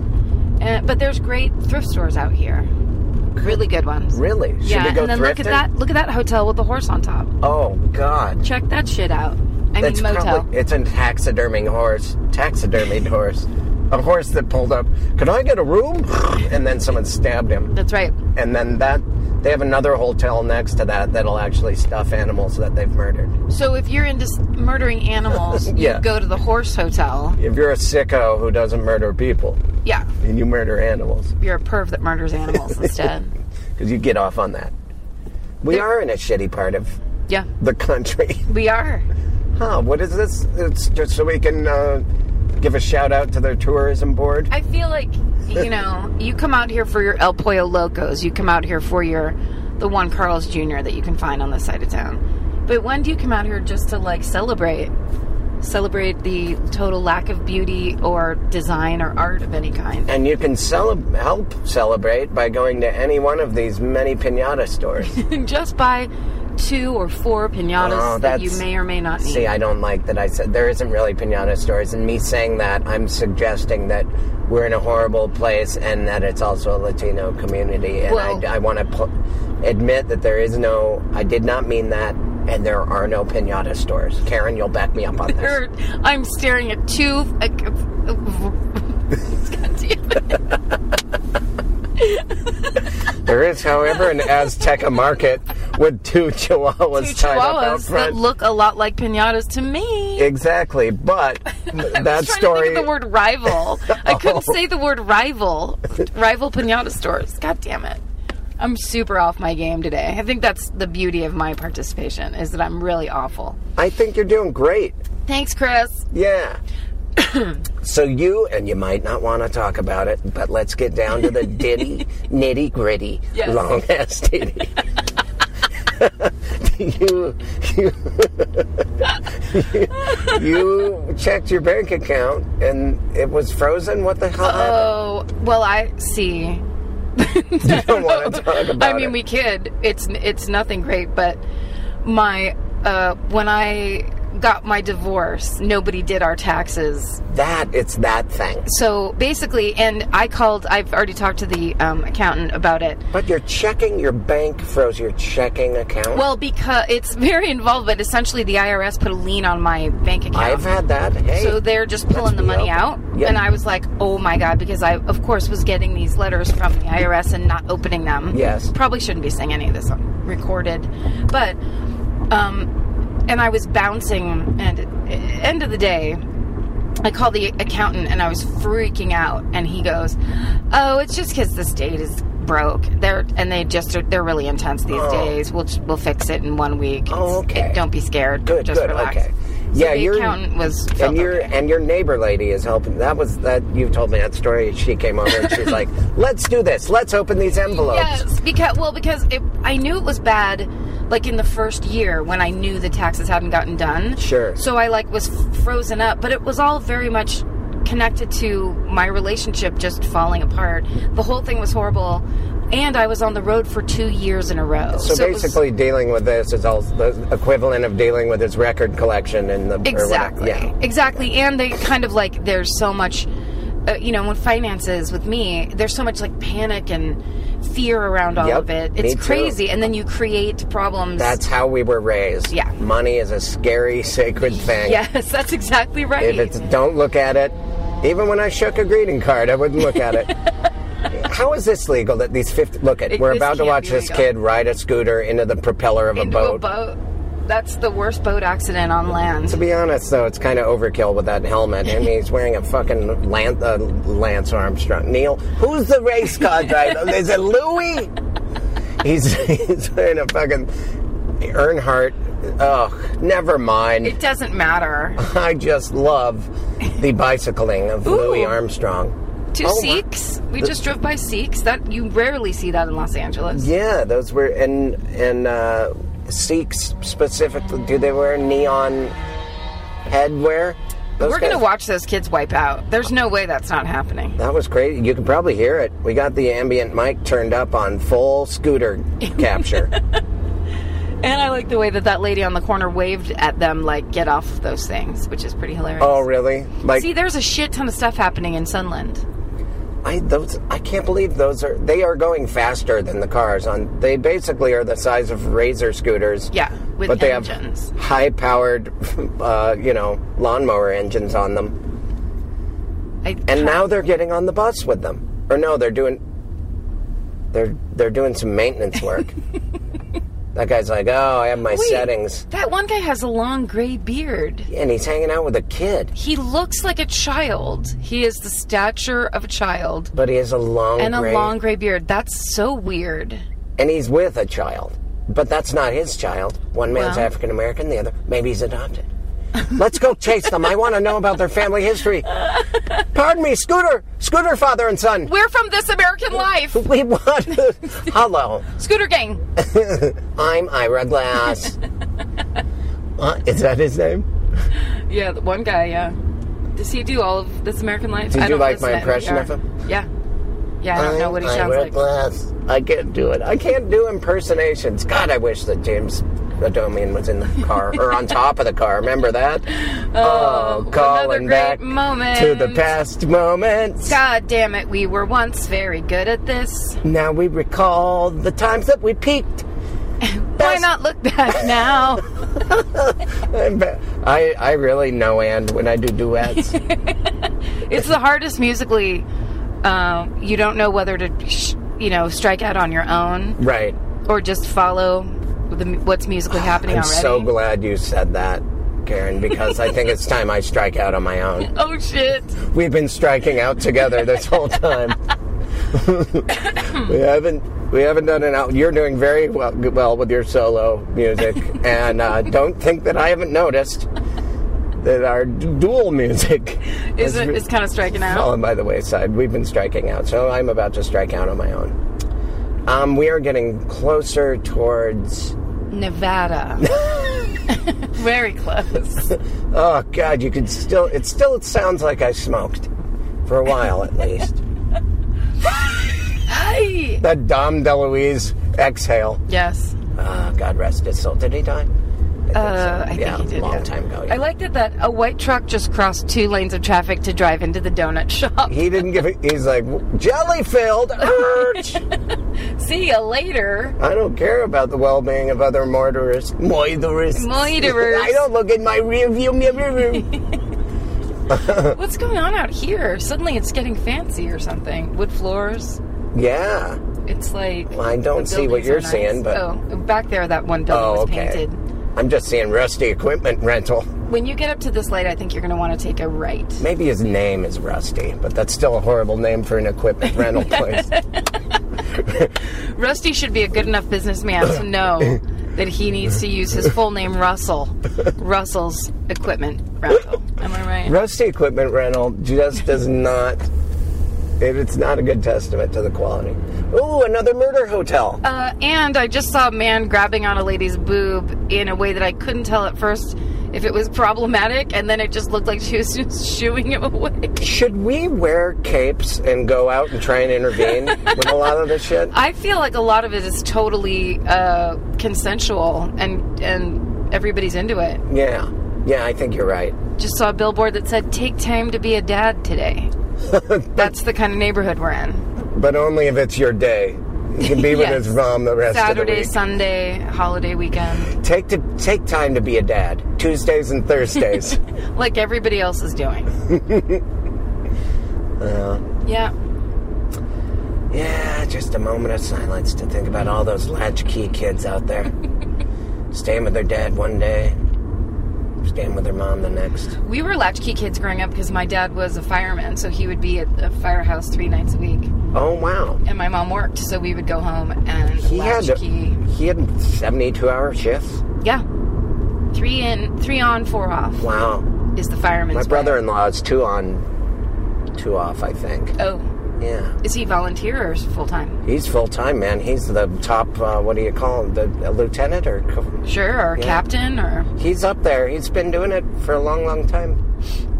And, but there's great thrift stores out here, really good ones.
Really? Should
yeah,
we go
and then look at
thrifting?
that look at that hotel with the horse on top.
Oh God.
Check that shit out. I
That's
mean motel.
probably it's a taxiderming horse. Taxidermied horse. A horse that pulled up. Can I get a room? And then someone stabbed him.
That's right.
and then that they have another hotel next to that that'll actually stuff animals that they've murdered.
So if you're into s- murdering animals,
Yeah.
you go to the horse hotel.
If you're a sicko who doesn't murder people
Yeah,
and you murder animals,
you're a perv that murders animals instead.
because you get off on that. We are in a shitty part of
Yeah,
the country.
we are.
Huh, what is this? It's just so we can uh, give a shout out to their tourism board.
I feel like you know, you come out here for your El Pollo Locos. You come out here for your the Juan Carlos Jr. that you can find on this side of town. But when do you come out here just to like celebrate? Celebrate the total lack of beauty or design or art of any kind.
And you can cele- help celebrate by going to any one of these many pinata stores.
just by two or four pinatas
Oh,
that you
that's-
may or may not need.
See, I don't like that I said there isn't really pinata stories, and me saying that, I'm suggesting that we're in a horrible place and that it's also a Latino community. And
Well-
I, I want to pl- admit that there is no, I did not mean that, and there are no pinata stores. Karen, you'll back me up on this.
Or- I'm staring at two. uh, God damn it.
There is, however, an Azteca market with two chihuahuas
Two
tied up out
chihuahuas that
front.
look a lot like pinatas to me.
exactly, but that
I was trying to
story.
think of the word rival. I couldn't say the word rival. Rival pinata stores. God damn it. I'm super off my game today. I think that's the beauty of my participation is that I'm really awful.
I think you're doing great.
Thanks, Chris.
Yeah. so you and you might not want to talk about it, but let's get down to the ditty, nitty gritty,
Yes.
long ass ditty. you, you, you, you checked your bank account and it was frozen. What the hell? happened?
Oh, well, I see.
you don't want to talk about
Oh, I mean,
it.
we could. It's it's nothing great, but my uh, when I got my divorce, nobody did our taxes
that it's that thing.
so basically, and I called. I've already talked to the um, accountant about it.
But you're checking your bank froze your checking account.
Well, because it's very involved, but essentially the IRS put a lien on my bank account.
I've had that. Hey,
so they're just pulling the
be
money
open.
out,
Yeah.
and I was like, "Oh my god!" Because I, of course, was getting these letters from the IRS and not opening them.
Yes.
probably shouldn't be saying any of this on recorded, but um, and I was bouncing, and end of the day, I called the accountant and I was freaking out, and he goes, "Oh, it's just because the state is broke. They're and they just are, they're really intense these days. We'll just- we'll fix it in one week.
Oh,
It's- it-
okay.
don't be scared.
Good,
just
good,
relax."
okay.
So
Yeah,
the
you're-
accountant was felt
and your
okay.
and your neighbor lady is helping. That was that you told me that story. She came over and she's like, "Let's do this. Let's open these envelopes."
Yes, because well, because it, I knew it was bad, like in the first year when I knew the taxes hadn't gotten done.
Sure.
So I like was frozen up, but it was all very much connected to my relationship just falling apart. The whole thing was horrible, and I was on the road for two years in a row.
So,
it was-
basically, dealing with this is all the equivalent of dealing with his record collection and the or whatever.
Exactly.
Yeah.
Exactly. And they kind of like there's so much, uh, you know, when finances with me, there's so much like panic and fear around all
Yep,
of it.
me
It's
too.
crazy. And then you create problems.
That's how we were raised.
Yeah.
Money is a scary, sacred thing.
yes, that's exactly right.
If it's don't look at it, even when I shook a greeting card, I wouldn't look at it. How is this legal? That these fifty look at
It-
we're
this
about to
can't
watch
be
this
legal.
kid ride a scooter into the propeller of
Into a boat. That's the worst boat accident on
To
land.
be honest, though, it's kind of overkill with that helmet. I mean, he's wearing a fucking Lance, uh, Lance Armstrong. Neil, who's the race car driver? Is it Louis? He's, he's wearing a fucking Earnhardt. Oh, never mind.
It doesn't matter.
I just love the bicycling of Louis
Ooh.
Armstrong.
Two
Oh, wow.
Sikhs. We just drove by Sikhs. That you rarely see that in Los Angeles.
Yeah, those were and and uh, Sikhs specifically. Do they wear neon headwear? Those
We're gonna
guys-
watch those kids wipe out. There's no way that's not happening.
That was crazy. You can probably hear it. We got the ambient mic turned up on full scooter capture.
And I like the way that that lady on the corner waved at them, like get off of those things, which is pretty hilarious.
oh, really? Like
See, there's a shit ton of stuff happening in Sunland.
I those I can't believe those are they are going faster than the cars on. They basically are the size of razor scooters.
Yeah, with
but they
engines.
have high-powered, uh, you know, lawnmower engines on them.
I,
And now they're getting on the bus with them. Or no, they're doing they're they're doing some maintenance work. that guy's like, oh, I have my
Wait,
settings,
That one guy has a long gray beard.
and he's hanging out with a kid.
He looks like a child. He is the stature of a child
But he has a long
and a
gray-
long gray beard. That's so weird.
and he's with a child. But that's not his child. One man's
Well.
African American, the other maybe he's adopted. Let's go chase them. I want to know about their family history. Pardon me, Scooter, Scooter, father and son.
We're from This American Life.
We want. Hello,
Scooter Gang.
I'm Ira Glass. Uh, is that his name?
Yeah, the one guy, yeah. Does he do all of This American Life?
Did
I
you
don't
like my
listen to
impression
NPR.
of him?
Yeah. Yeah, I don't know what he
I'm
sounds
Ira
like.
Glass. I can't do it. I can't do impersonations. God, I wish that James Adomian was in the car or on top of the car. Remember that? Oh,
another
calling
great
back
moment.
to the past moments.
God damn it, we were once very good at this.
Now we recall the times that we peaked.
Why not look back now?
I I really know and when I do duets.
it's the hardest musically. Uh, you don't know whether to, sh- you know, strike out on your own
right.
or just follow the, mu- what's musically happening
I'm
already.
so glad you said that, Karen, because I think it's time I strike out on my own.
oh shit!
We've been striking out together this whole time. we haven't we haven't done an out. You're doing very well well with your solo music, and uh, don't think that I haven't noticed that our d- dual music has
Is it
re- Oh.
is kind of striking out?
fallen by the wayside. We've been striking out, so I'm about to strike out on my own. Um, we are getting closer towards.
Nevada. very close.
Oh God, you could still. It still sounds like I smoked for a while at least.
Hi.
that Dom DeLuise exhale.
Yes.
Uh, God rest his soul. Did he die? I think
Uh, I think
yeah,
he did.
a long
yeah.
time ago.
I liked it that a white truck just crossed two lanes of traffic to drive into the donut shop.
He didn't give it. He's like jelly filled. I
See you later.
don't care about the well-being of other mortars. Moitherers.
Moitherers.
I don't look in my rearview mirror.
What's going on out here? Suddenly it's getting fancy or something. Wood floors.
yeah.
It's like
Well, I don't
the
see what
buildings
you're
are nice.
seeing, but-
oh, back there, that one building
Oh,
was
okay.
painted.
I'm just seeing rusty equipment rental.
When you get up to this light, I think you're going to want to take a right.
Maybe his name is Rusty, but that's still a horrible name for an equipment rental place.
Rusty should be a good enough businessman to know that he needs to use his full name, Russell. Russell's equipment rental. Am I right?
Rusty equipment rental just does not. It, it's not a good testament to the quality. Ooh, another murder hotel.
Uh, and I just saw a man grabbing on a lady's boob in a way that I couldn't tell at first if it was problematic, and then it just looked like she was just shooing him away.
Should we wear capes and go out and try and intervene with a lot of this shit?
I feel like a lot of it is totally uh, consensual, and and everybody's into it.
Yeah, yeah, I think you're right.
Just saw a billboard that said "Take time to be a dad today." That's the kind of neighborhood we're in.
But only if it's your day. You can be with
Yes.
his mom the rest of the
Saturday,
week.
Sunday, holiday weekend,
Take to take time to be a dad. Tuesdays and Thursdays.
like everybody else is doing.
Uh.
yeah.
yeah, just a moment of silence to think about all those latchkey kids out there, staying with their dad one day, staying with their mom the next.
We were latchkey kids growing up because my dad was a fireman, so he would be at the firehouse three nights a week,
Oh wow.
and my mom worked, so we would go home and
He had
latchkey.
he had 72 hour shifts.
Yeah, three in, three on, four off
Wow.
is the fireman's.
My
way.
brother-in-law is two on, two off. I think.
Oh,
Yeah.
is he volunteer or full time?
He's full time, man. He's the top. Uh, what do you call him? The a lieutenant or? co-
Sure, or captain or
He's up there. He's been doing it for a long, long time.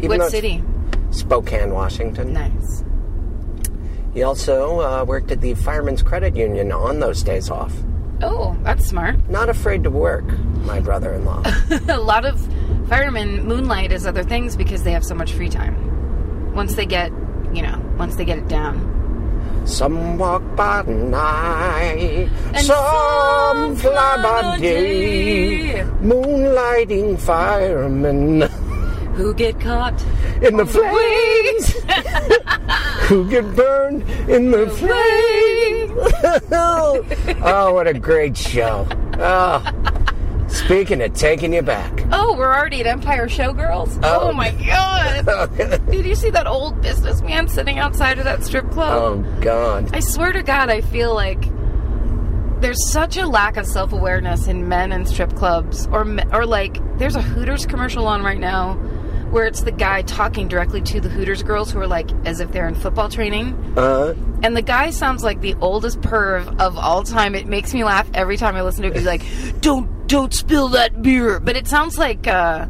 Even though
what
it's
city?
Spokane, Washington.
Nice.
He also uh, worked at the Firemen's Credit Union on those days off.
Oh, that's smart.
Not afraid to work, my brother-in-law.
a lot of firemen moonlight as other things because they have so much free time. Once they get, you know, once they get it down.
Some walk by night,
And
some,
some
fly by
fly by
day.
day.
Moonlighting firemen
Who get caught?
in the flames, who get burned in the flames. oh, what a great show! Oh, speaking of taking you back,
Oh, we're already at Empire Showgirls.
Oh.
Oh, my god! Did you see that old businessman sitting outside of that strip club?
oh God,
I swear to God, I feel like there's such a lack of self awareness in men in strip clubs, or me- or like there's a Hooters commercial on right now where it's the guy talking directly to the Hooters girls who are like as if they're in football training.
uh,
And the guy sounds like the oldest perv of all time. It makes me laugh every time I listen to it. 'cause He's like, "Don't, don't spill that beer," but it sounds like uh,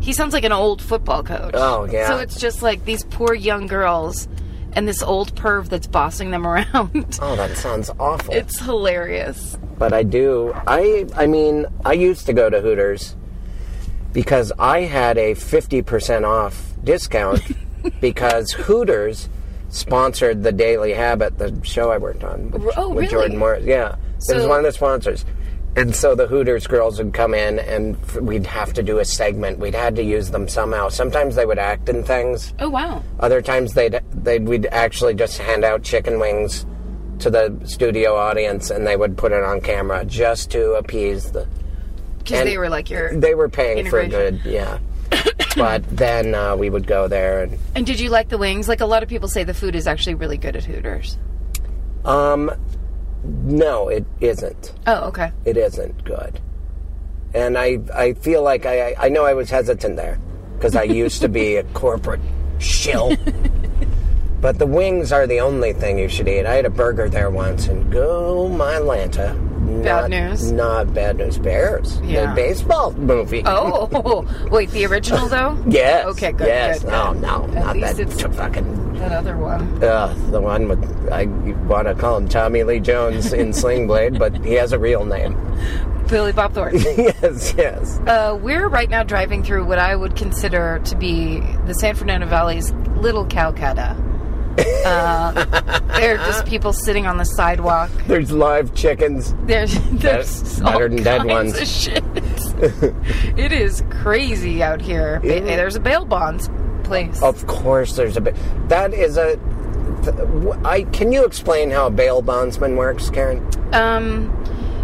he sounds like an old football coach.
Oh, yeah.
So it's just like these poor young girls and this old perv that's bossing them around.
Oh, that sounds awful.
it's hilarious.
but I do. I I mean, I used to go to Hooters because I had a 50% off discount because Hooters sponsored the Daily Habit, the show I worked on with,
Oh,
with
really?
Jordan Morris. Yeah. it was
So-
one of the sponsors. And so the Hooters girls would come in and f- we'd have to do a segment. We'd had to use them somehow. Sometimes they would act in things.
Oh wow.
Other times they'd they would we'd actually just hand out chicken wings to the studio audience, and they would put it on camera just to appease the.
Because
and
they were like your.
They were paying for
integration.
good, yeah. but then uh, we would go there, and
and did you like the wings? Like a lot of people say, the food is actually really good at Hooters.
um, no, it isn't.
Oh okay.
It isn't good, and I I feel like I I know I was hesitant there because I used to be a corporate shill. But the wings are the only thing you should eat. I had a burger there once, and go my Lanta. Not-
Bad news.
Not bad news. Bears.
Yeah.
The baseball movie.
Oh wait, the original though.
Yes.
Okay. Good.
Yes.
Good.
Oh no,
At
not
least
that
it's-
fucking.
That other one.
Uh, the one with I want to call him Tommy Lee Jones in Sling Blade, but he has a real name.
Billy Bob Thornton.
yes. Yes.
Uh, we're right now driving through what I would consider to be the San Fernando Valley's little Calcutta. Uh, they're just people sitting on the sidewalk.
There's live chickens.
There's, there's all
better than dead
kinds
ones.
of shit. it is crazy out here. Ba-
Yeah.
There's a bail bonds place.
Of course, there's a bit. That is a. th- w- I can you explain how a bail bondsman works, Karen?
Um,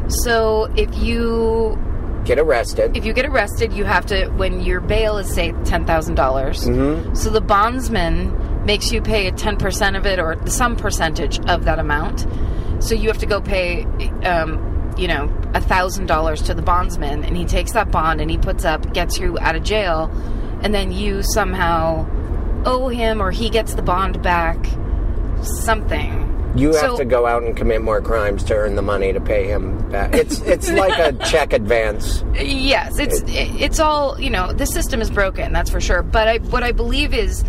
so if you
Get arrested.
if you get arrested, you have to when your bail is say ten dollars. So the bondsman makes you pay a ten percent of it or some percentage of that amount. So you have to go pay, um, you know, thousand dollars to the bondsman, and he takes that bond and he puts up, gets you out of jail, and then you somehow owe him or he gets the bond back, something.
You have
So-
to go out and commit more crimes to earn the money to pay him back. It's it's like a check advance.
Yes, it's it's all you know. The system is broken, that's for sure. But I, what I believe is,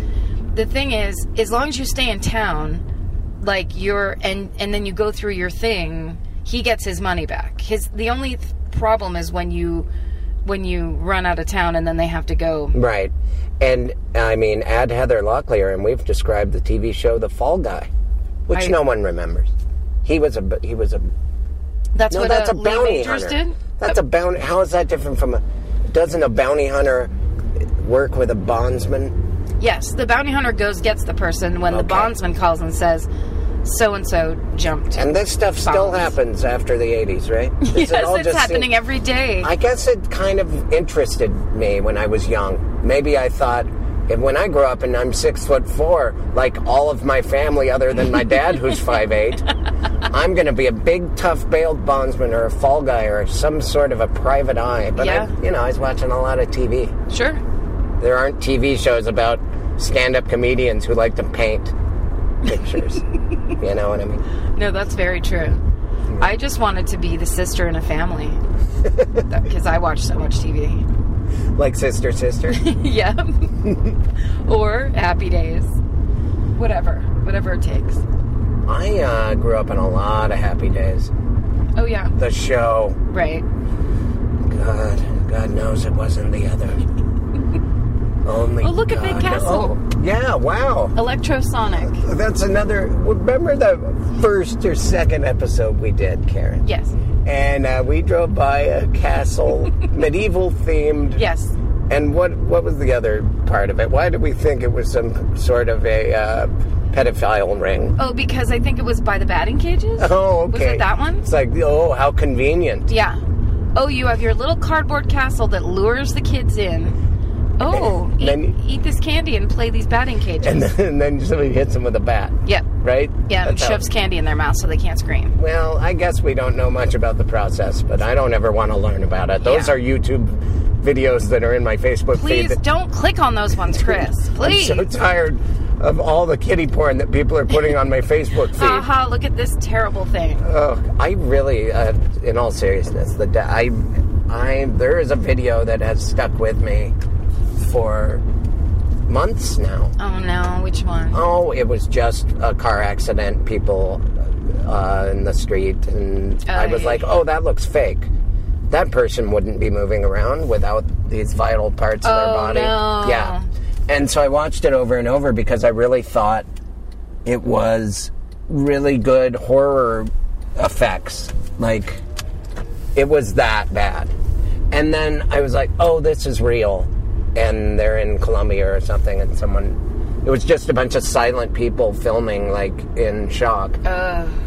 the thing is, as long as you stay in town, like you're, and and then you go through your thing, he gets his money back. His the only th- problem is when you when you run out of town and then they have to go.
Right. And I mean, add Heather Locklear, and we've described the TV show The Fall Guy, which
I-
no one remembers. He was a b- he was a
That's
no.
what
That's
uh,
a
Lee
bounty
Majors
hunter.
did.
That's a bounty. How is that different from a? Doesn't a bounty hunter work with a bondsman?
Yes, the bounty hunter goes gets the person when the
Okay.
bondsman calls and says, "So and so jumped."
And this stuff still
Bonds.
happens after the '80s, right? Does it
yes,
all
it's
just seem-
happening every day.
I guess it kind of interested me when I was young. Maybe I thought, and when I grow up and I'm six foot four, like all of my family other than my dad, who's five eight, I'm going to be a big, tough bail bondsman or a fall guy or some sort of a private eye. But
Yeah.
I, you know, I was watching a lot of TV.
sure.
There aren't TV shows about stand-up comedians who like to paint pictures. you know what I mean?
No, that's very true. I just wanted to be the sister in a family because I watch so much TV.
Like sister, sister.
yeah. or happy days. Whatever. Whatever it takes.
I uh, grew up in a lot of Happy Days.
Oh, yeah.
The show.
Right.
God, God knows it wasn't the other. Only.
Oh, look at Big
God knows.
Castle.
yeah, wow.
Electrosonic.
That's another. Remember the first or second episode we did, Karen?
Yes.
And uh, we drove by a castle, medieval themed.
Yes.
And what what was the other part of it? Why did we think it was some sort of a uh, pedophile ring?
Oh, because I think it was by the batting cages?
Oh, okay.
Was it that one?
It's like, oh, how convenient.
Yeah. Oh, you have your little cardboard castle that lures the kids in. Oh, eat,
Then-
eat this candy and play these batting cages.
And then, and then somebody hits him with a bat,
yep.
right?
Yeah, and
That's how-
shoves candy in their mouth so they can't scream.
Well, I guess we don't know much about the process, but I don't ever want to learn about it. Those
Yeah.
are YouTube videos that are in my Facebook
Please
feed. that-
don't click on those ones, Chris. Please.
I'm so tired of all the kitty porn that people are putting on my Facebook feed.
Aha, look at this terrible thing.
Ugh, I really, uh, in all seriousness, the da- I, I there is a video that has stuck with me for months now.
Oh no, which one?
Oh, it was just a car accident, people uh, in the street, and I was
yeah.
like, oh, that looks fake. That person wouldn't be moving around without these vital parts of their
Oh,
body.
no.
Yeah. And so I watched it over and over because I really thought it was really good horror effects. Like, it was that bad. And then I was like, oh, this is real. And they're in Colombia or something, and someone, it was just a bunch of silent people filming, like, in shock.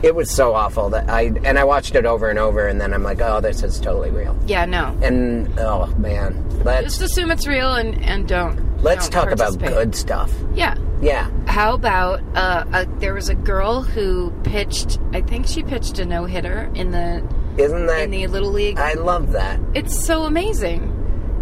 It was so awful that I, and I watched it over and over, and then I'm like, oh, this is totally real.
Yeah, no.
And, oh, man. Let's,
Just assume it's real and and don't.
let's
don't
talk about
participate.
good stuff.
Yeah.
Yeah.
How about uh, uh there was a girl who pitched? I think she pitched a no hitter in the
Isn't that,
in the little league.
I love that.
it's so amazing.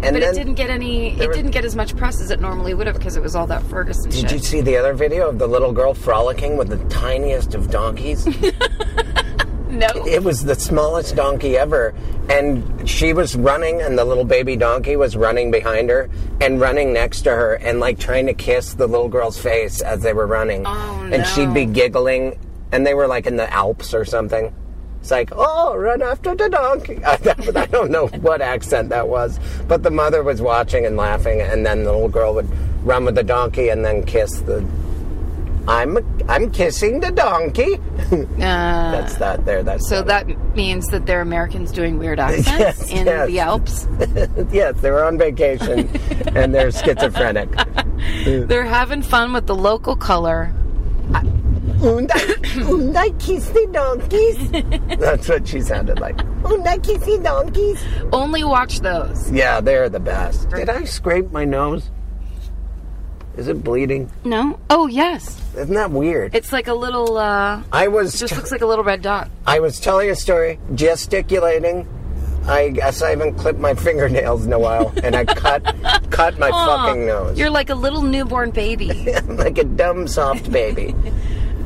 And
but
then,
it didn't get any. It
were-
didn't get as much press as it normally would have because it was all that Ferguson
did
shit.
you see the other video of the little girl frolicking with the tiniest of donkeys?
no.
it was the smallest donkey ever and she was running and the little baby donkey was running behind her and running next to her and like trying to kiss the little girl's face as they were running
Oh,
and she'd be
no.
giggling and they were like in the alps or something it's like oh run after the donkey i, don't- I don't know what accent that was but the mother was watching and laughing and then the little girl would run with the donkey and then kiss the i'm i'm kissing the donkey
Uh,
that's that there that's
so
that.
that means that they're Americans doing weird accents
Yes,
in
yes.
the Alps.
Yes, they were on vacation and they're schizophrenic.
They're having fun with the local color.
Und I, und I kiss the donkeys. That's what she sounded like. Und I kiss the donkeys.
Only watch those.
Yeah, they're the best. Did I scrape my nose? Is it bleeding?
No. Oh yes.
Isn't that weird?
It's like a little. uh
I was
Just looks like a little red dot.
I was telling a story, gesticulating. I guess I haven't clipped my fingernails in a while, and I cut cut my fucking nose
You're like a little newborn baby.
like a dumb soft baby.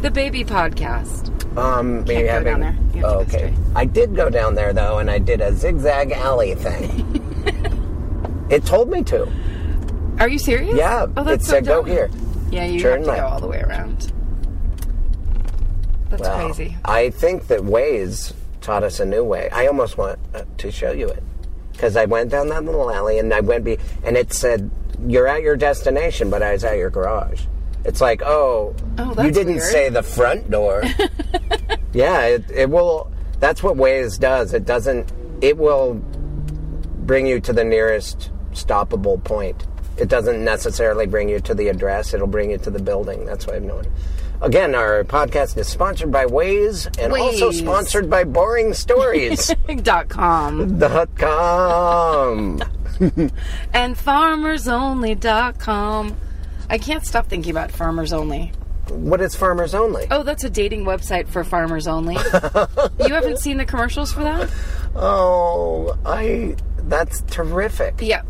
the baby podcast.
Um, maybe
Can't go
having.
down there. You have to
oh,
go
okay.
straight.
I did go down there though, and I did a zigzag alley thing. it told me to.
Are you serious?
Yeah,
Oh,
it
that's so
said go
dumb.
here.
Yeah, you
Turn
have to
left.
go all the way around. That's
Wow.
crazy.
Oh, I think that Waze taught us a new way. I almost want uh, to show you it because I went down that little alley and I went be and it said you're at your destination, but I was at your garage. It's like, oh,
Oh,
you
that's
didn't
weird.
say the front door. yeah, it, it will. That's what Waze does. It doesn't. It will bring you to the nearest stoppable point. It doesn't necessarily bring you to the address, it'll bring you to the building. That's what I've known. Again, our podcast is sponsored by Waze and also
Waze.
sponsored by Boring Stories.
Dot com
dot com.
and farmersonly.com. I can't stop thinking about farmers only.
What is Farmers Only?
Oh, that's a dating website for farmers only. you haven't seen the commercials for that?
Oh, I. That's terrific.
Yeah.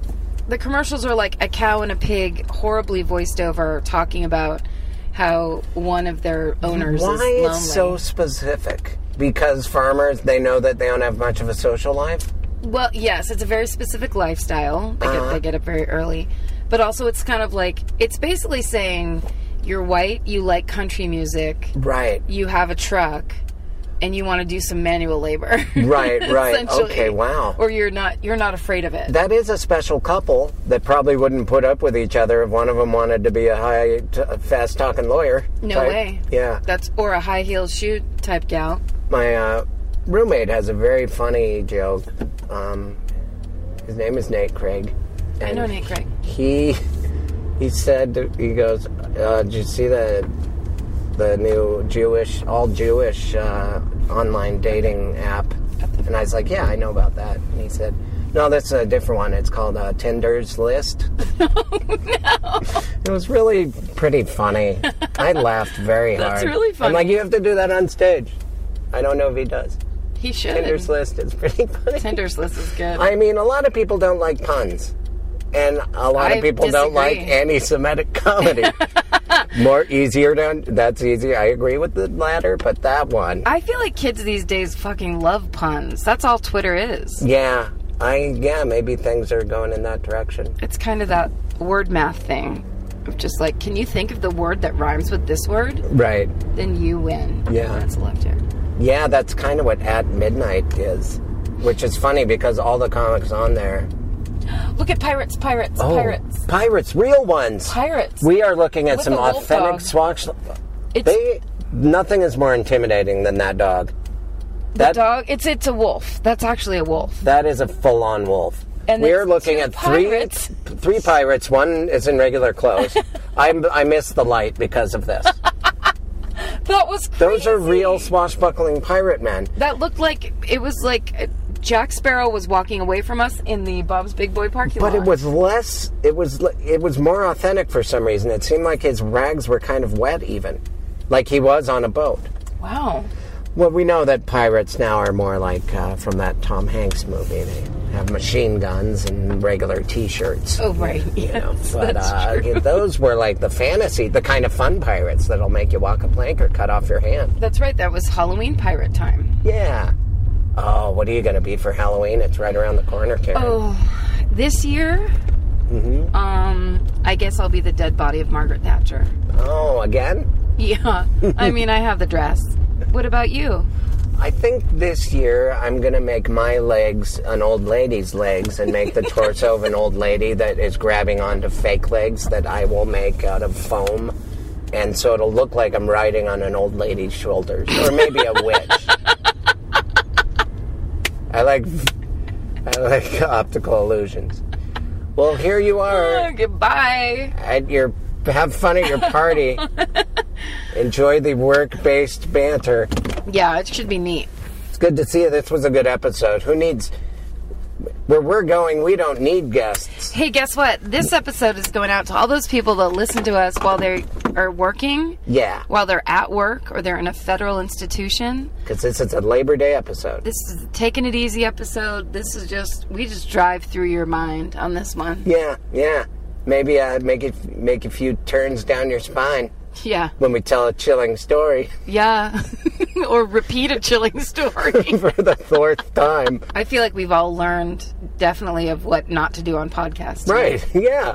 The commercials are like a cow and a pig horribly voiced over talking about how one of their owners
Why
is lonely.
it's so specific? Because farmers, they know that they don't have much of a social life.
Well, yes, it's a very specific lifestyle. They get, they get up very early. But also, it's kind of like, it's basically saying you're white, you like country music,
Right.
you have a truck, and you want to do some manual labor.
Right, right.
essentially.
Okay, wow.
Or you're not, you're not afraid of it.
that is a special couple that probably wouldn't put up with each other if one of them wanted to be a high, t- fast talking lawyer.
no
type.
way.
Yeah,
That's, or a high heel shoe type gal.
my uh, roommate has a very funny joke. Um, his name is Nate Craig.
I know Nate Craig.
He he said he goes. Uh, did you see the the new Jewish all Jewish uh, online dating app? And I was like, yeah, I know about that. And he said, no, that's a different one. It's called uh, Tinder's List. It was really pretty funny. I laughed very
That's
hard.
really
I'm
funny.
like, you have to do that on stage. I don't know if he does.
He should.
Tinder's List is pretty funny.
Tinder's list is good.
I mean, a lot of people don't like puns, and a lot
I
of people don't like
disagree.
anti-Semitic comedy. More easier to that's easy. I agree with the latter, but that one,
I feel like kids these days fucking love puns. That's all Twitter is.
yeah, I yeah, maybe things are going in that direction.
It's kind of that word math thing. of just like, can you think of the word that rhymes with this word?
Right.
Then you win.
Yeah.
And that's a left hand.
Yeah, that's kind of what At Midnight is, which is funny because all the comics on there.
Look at pirates, pirates,
Oh.
pirates,
Pirates, real ones.
pirates.
Oh. We are looking at
With
some
a wolf
authentic
dog.
swatch.
It's
They nothing is more intimidating than that dog.
The
That
dog. It's it's a wolf. That's actually a wolf.
that is a full-on wolf.
And
we are
it's
looking
two
at
pirates.
three three pirates. One is in regular clothes. I I missed the light because of this.
that was
Those are
crazy.
real swashbuckling pirate men.
That looked like it was like uh, Jack Sparrow was walking away from us in the Bob's Big Boy parking
But
lot.
it was less. It was. le- It was more authentic for some reason. It seemed like his rags were kind of wet, even, like he was on a boat.
wow.
Well, we know that pirates now are more like uh, from that Tom Hanks movie. They have machine guns and regular T-shirts.
Oh right.
You know,
Yes,
but
that's
uh, yeah, those were like the fantasy, the kind of fun pirates that'll make you walk a plank or cut off your hand.
That's right. That was Halloween pirate time.
Yeah. Oh, what are you going to be for Halloween? It's right around the corner, Karen.
Oh. This year, um, I guess I'll be the dead body of Margaret Thatcher.
oh again?
Yeah. I mean, I have the dress. What about you?
I think this year I'm gonna make my legs an old lady's legs and make the torso of an old lady that is grabbing onto fake legs that I will make out of foam. And so it'll look like I'm riding on an old lady's shoulders, or maybe a witch. I like, I like optical illusions. Well, here you are
Oh, goodbye.
at your have fun at your party. Enjoy the work-based banter.
Yeah, it should be neat.
It's good to see you. This was a good episode. Who needs. Where we're going, we don't need guests.
Hey, guess what? This episode is going out to all those people that listen to us while they are working,
Yeah,
while they're at work, or they're in a federal institution.
because this is a Labor Day episode.
This is a taking it easy episode. This is just we just drive through your mind on this one.
Yeah, yeah. Maybe uh, make it make a few turns down your spine
Yeah,
when we tell a chilling story
yeah. or repeat a chilling story.
for the fourth time.
I feel like we've all learned definitely of what not to do on podcasts.
Right? Yeah,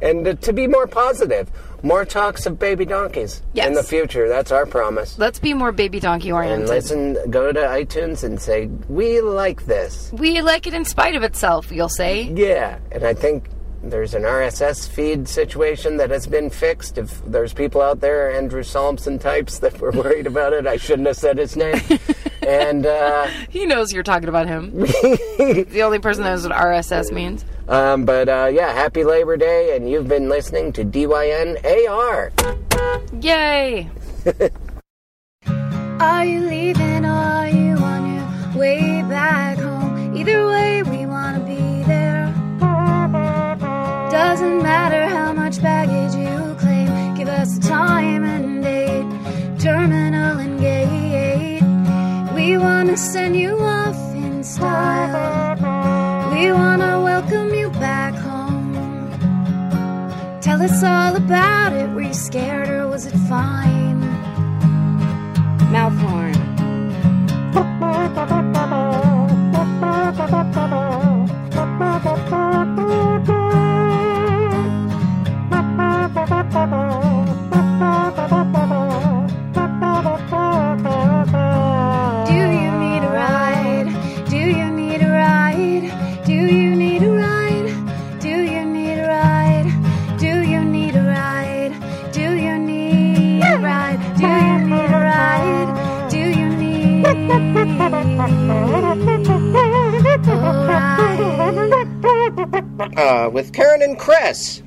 and uh, to be more positive, more talks of baby donkeys in
Yes.
the future. That's our promise.
Let's be more baby donkey oriented.
And listen, go to iTunes and say we like this.
we like it in spite of itself, you'll say.
Yeah, and I think there's an RSS feed situation that has been fixed. If there's people out there, Andrew Solomson types, that were worried about it, I shouldn't have said his name. and uh,
He knows you're talking about him. the only person that knows what RSS means.
um, but uh, yeah, happy Labor Day, and you've been listening to DYNAR.
Yay!
Are you leaving or are you on your way back home? Either way, we want to be there. Doesn't matter how much baggage you claim, give us a time and date, terminal and gate. We want to send you off in style. We want to welcome you back home. Tell us all about it. Were you scared or was it fine?
Mouth horn.
Do you need a ride? Do you need a ride? Do you need a ride? Do you need a ride? Do you need a ride? Do you need a ride? Do you need a ride? Do you need a ride?
Uh, with Karen and Chris.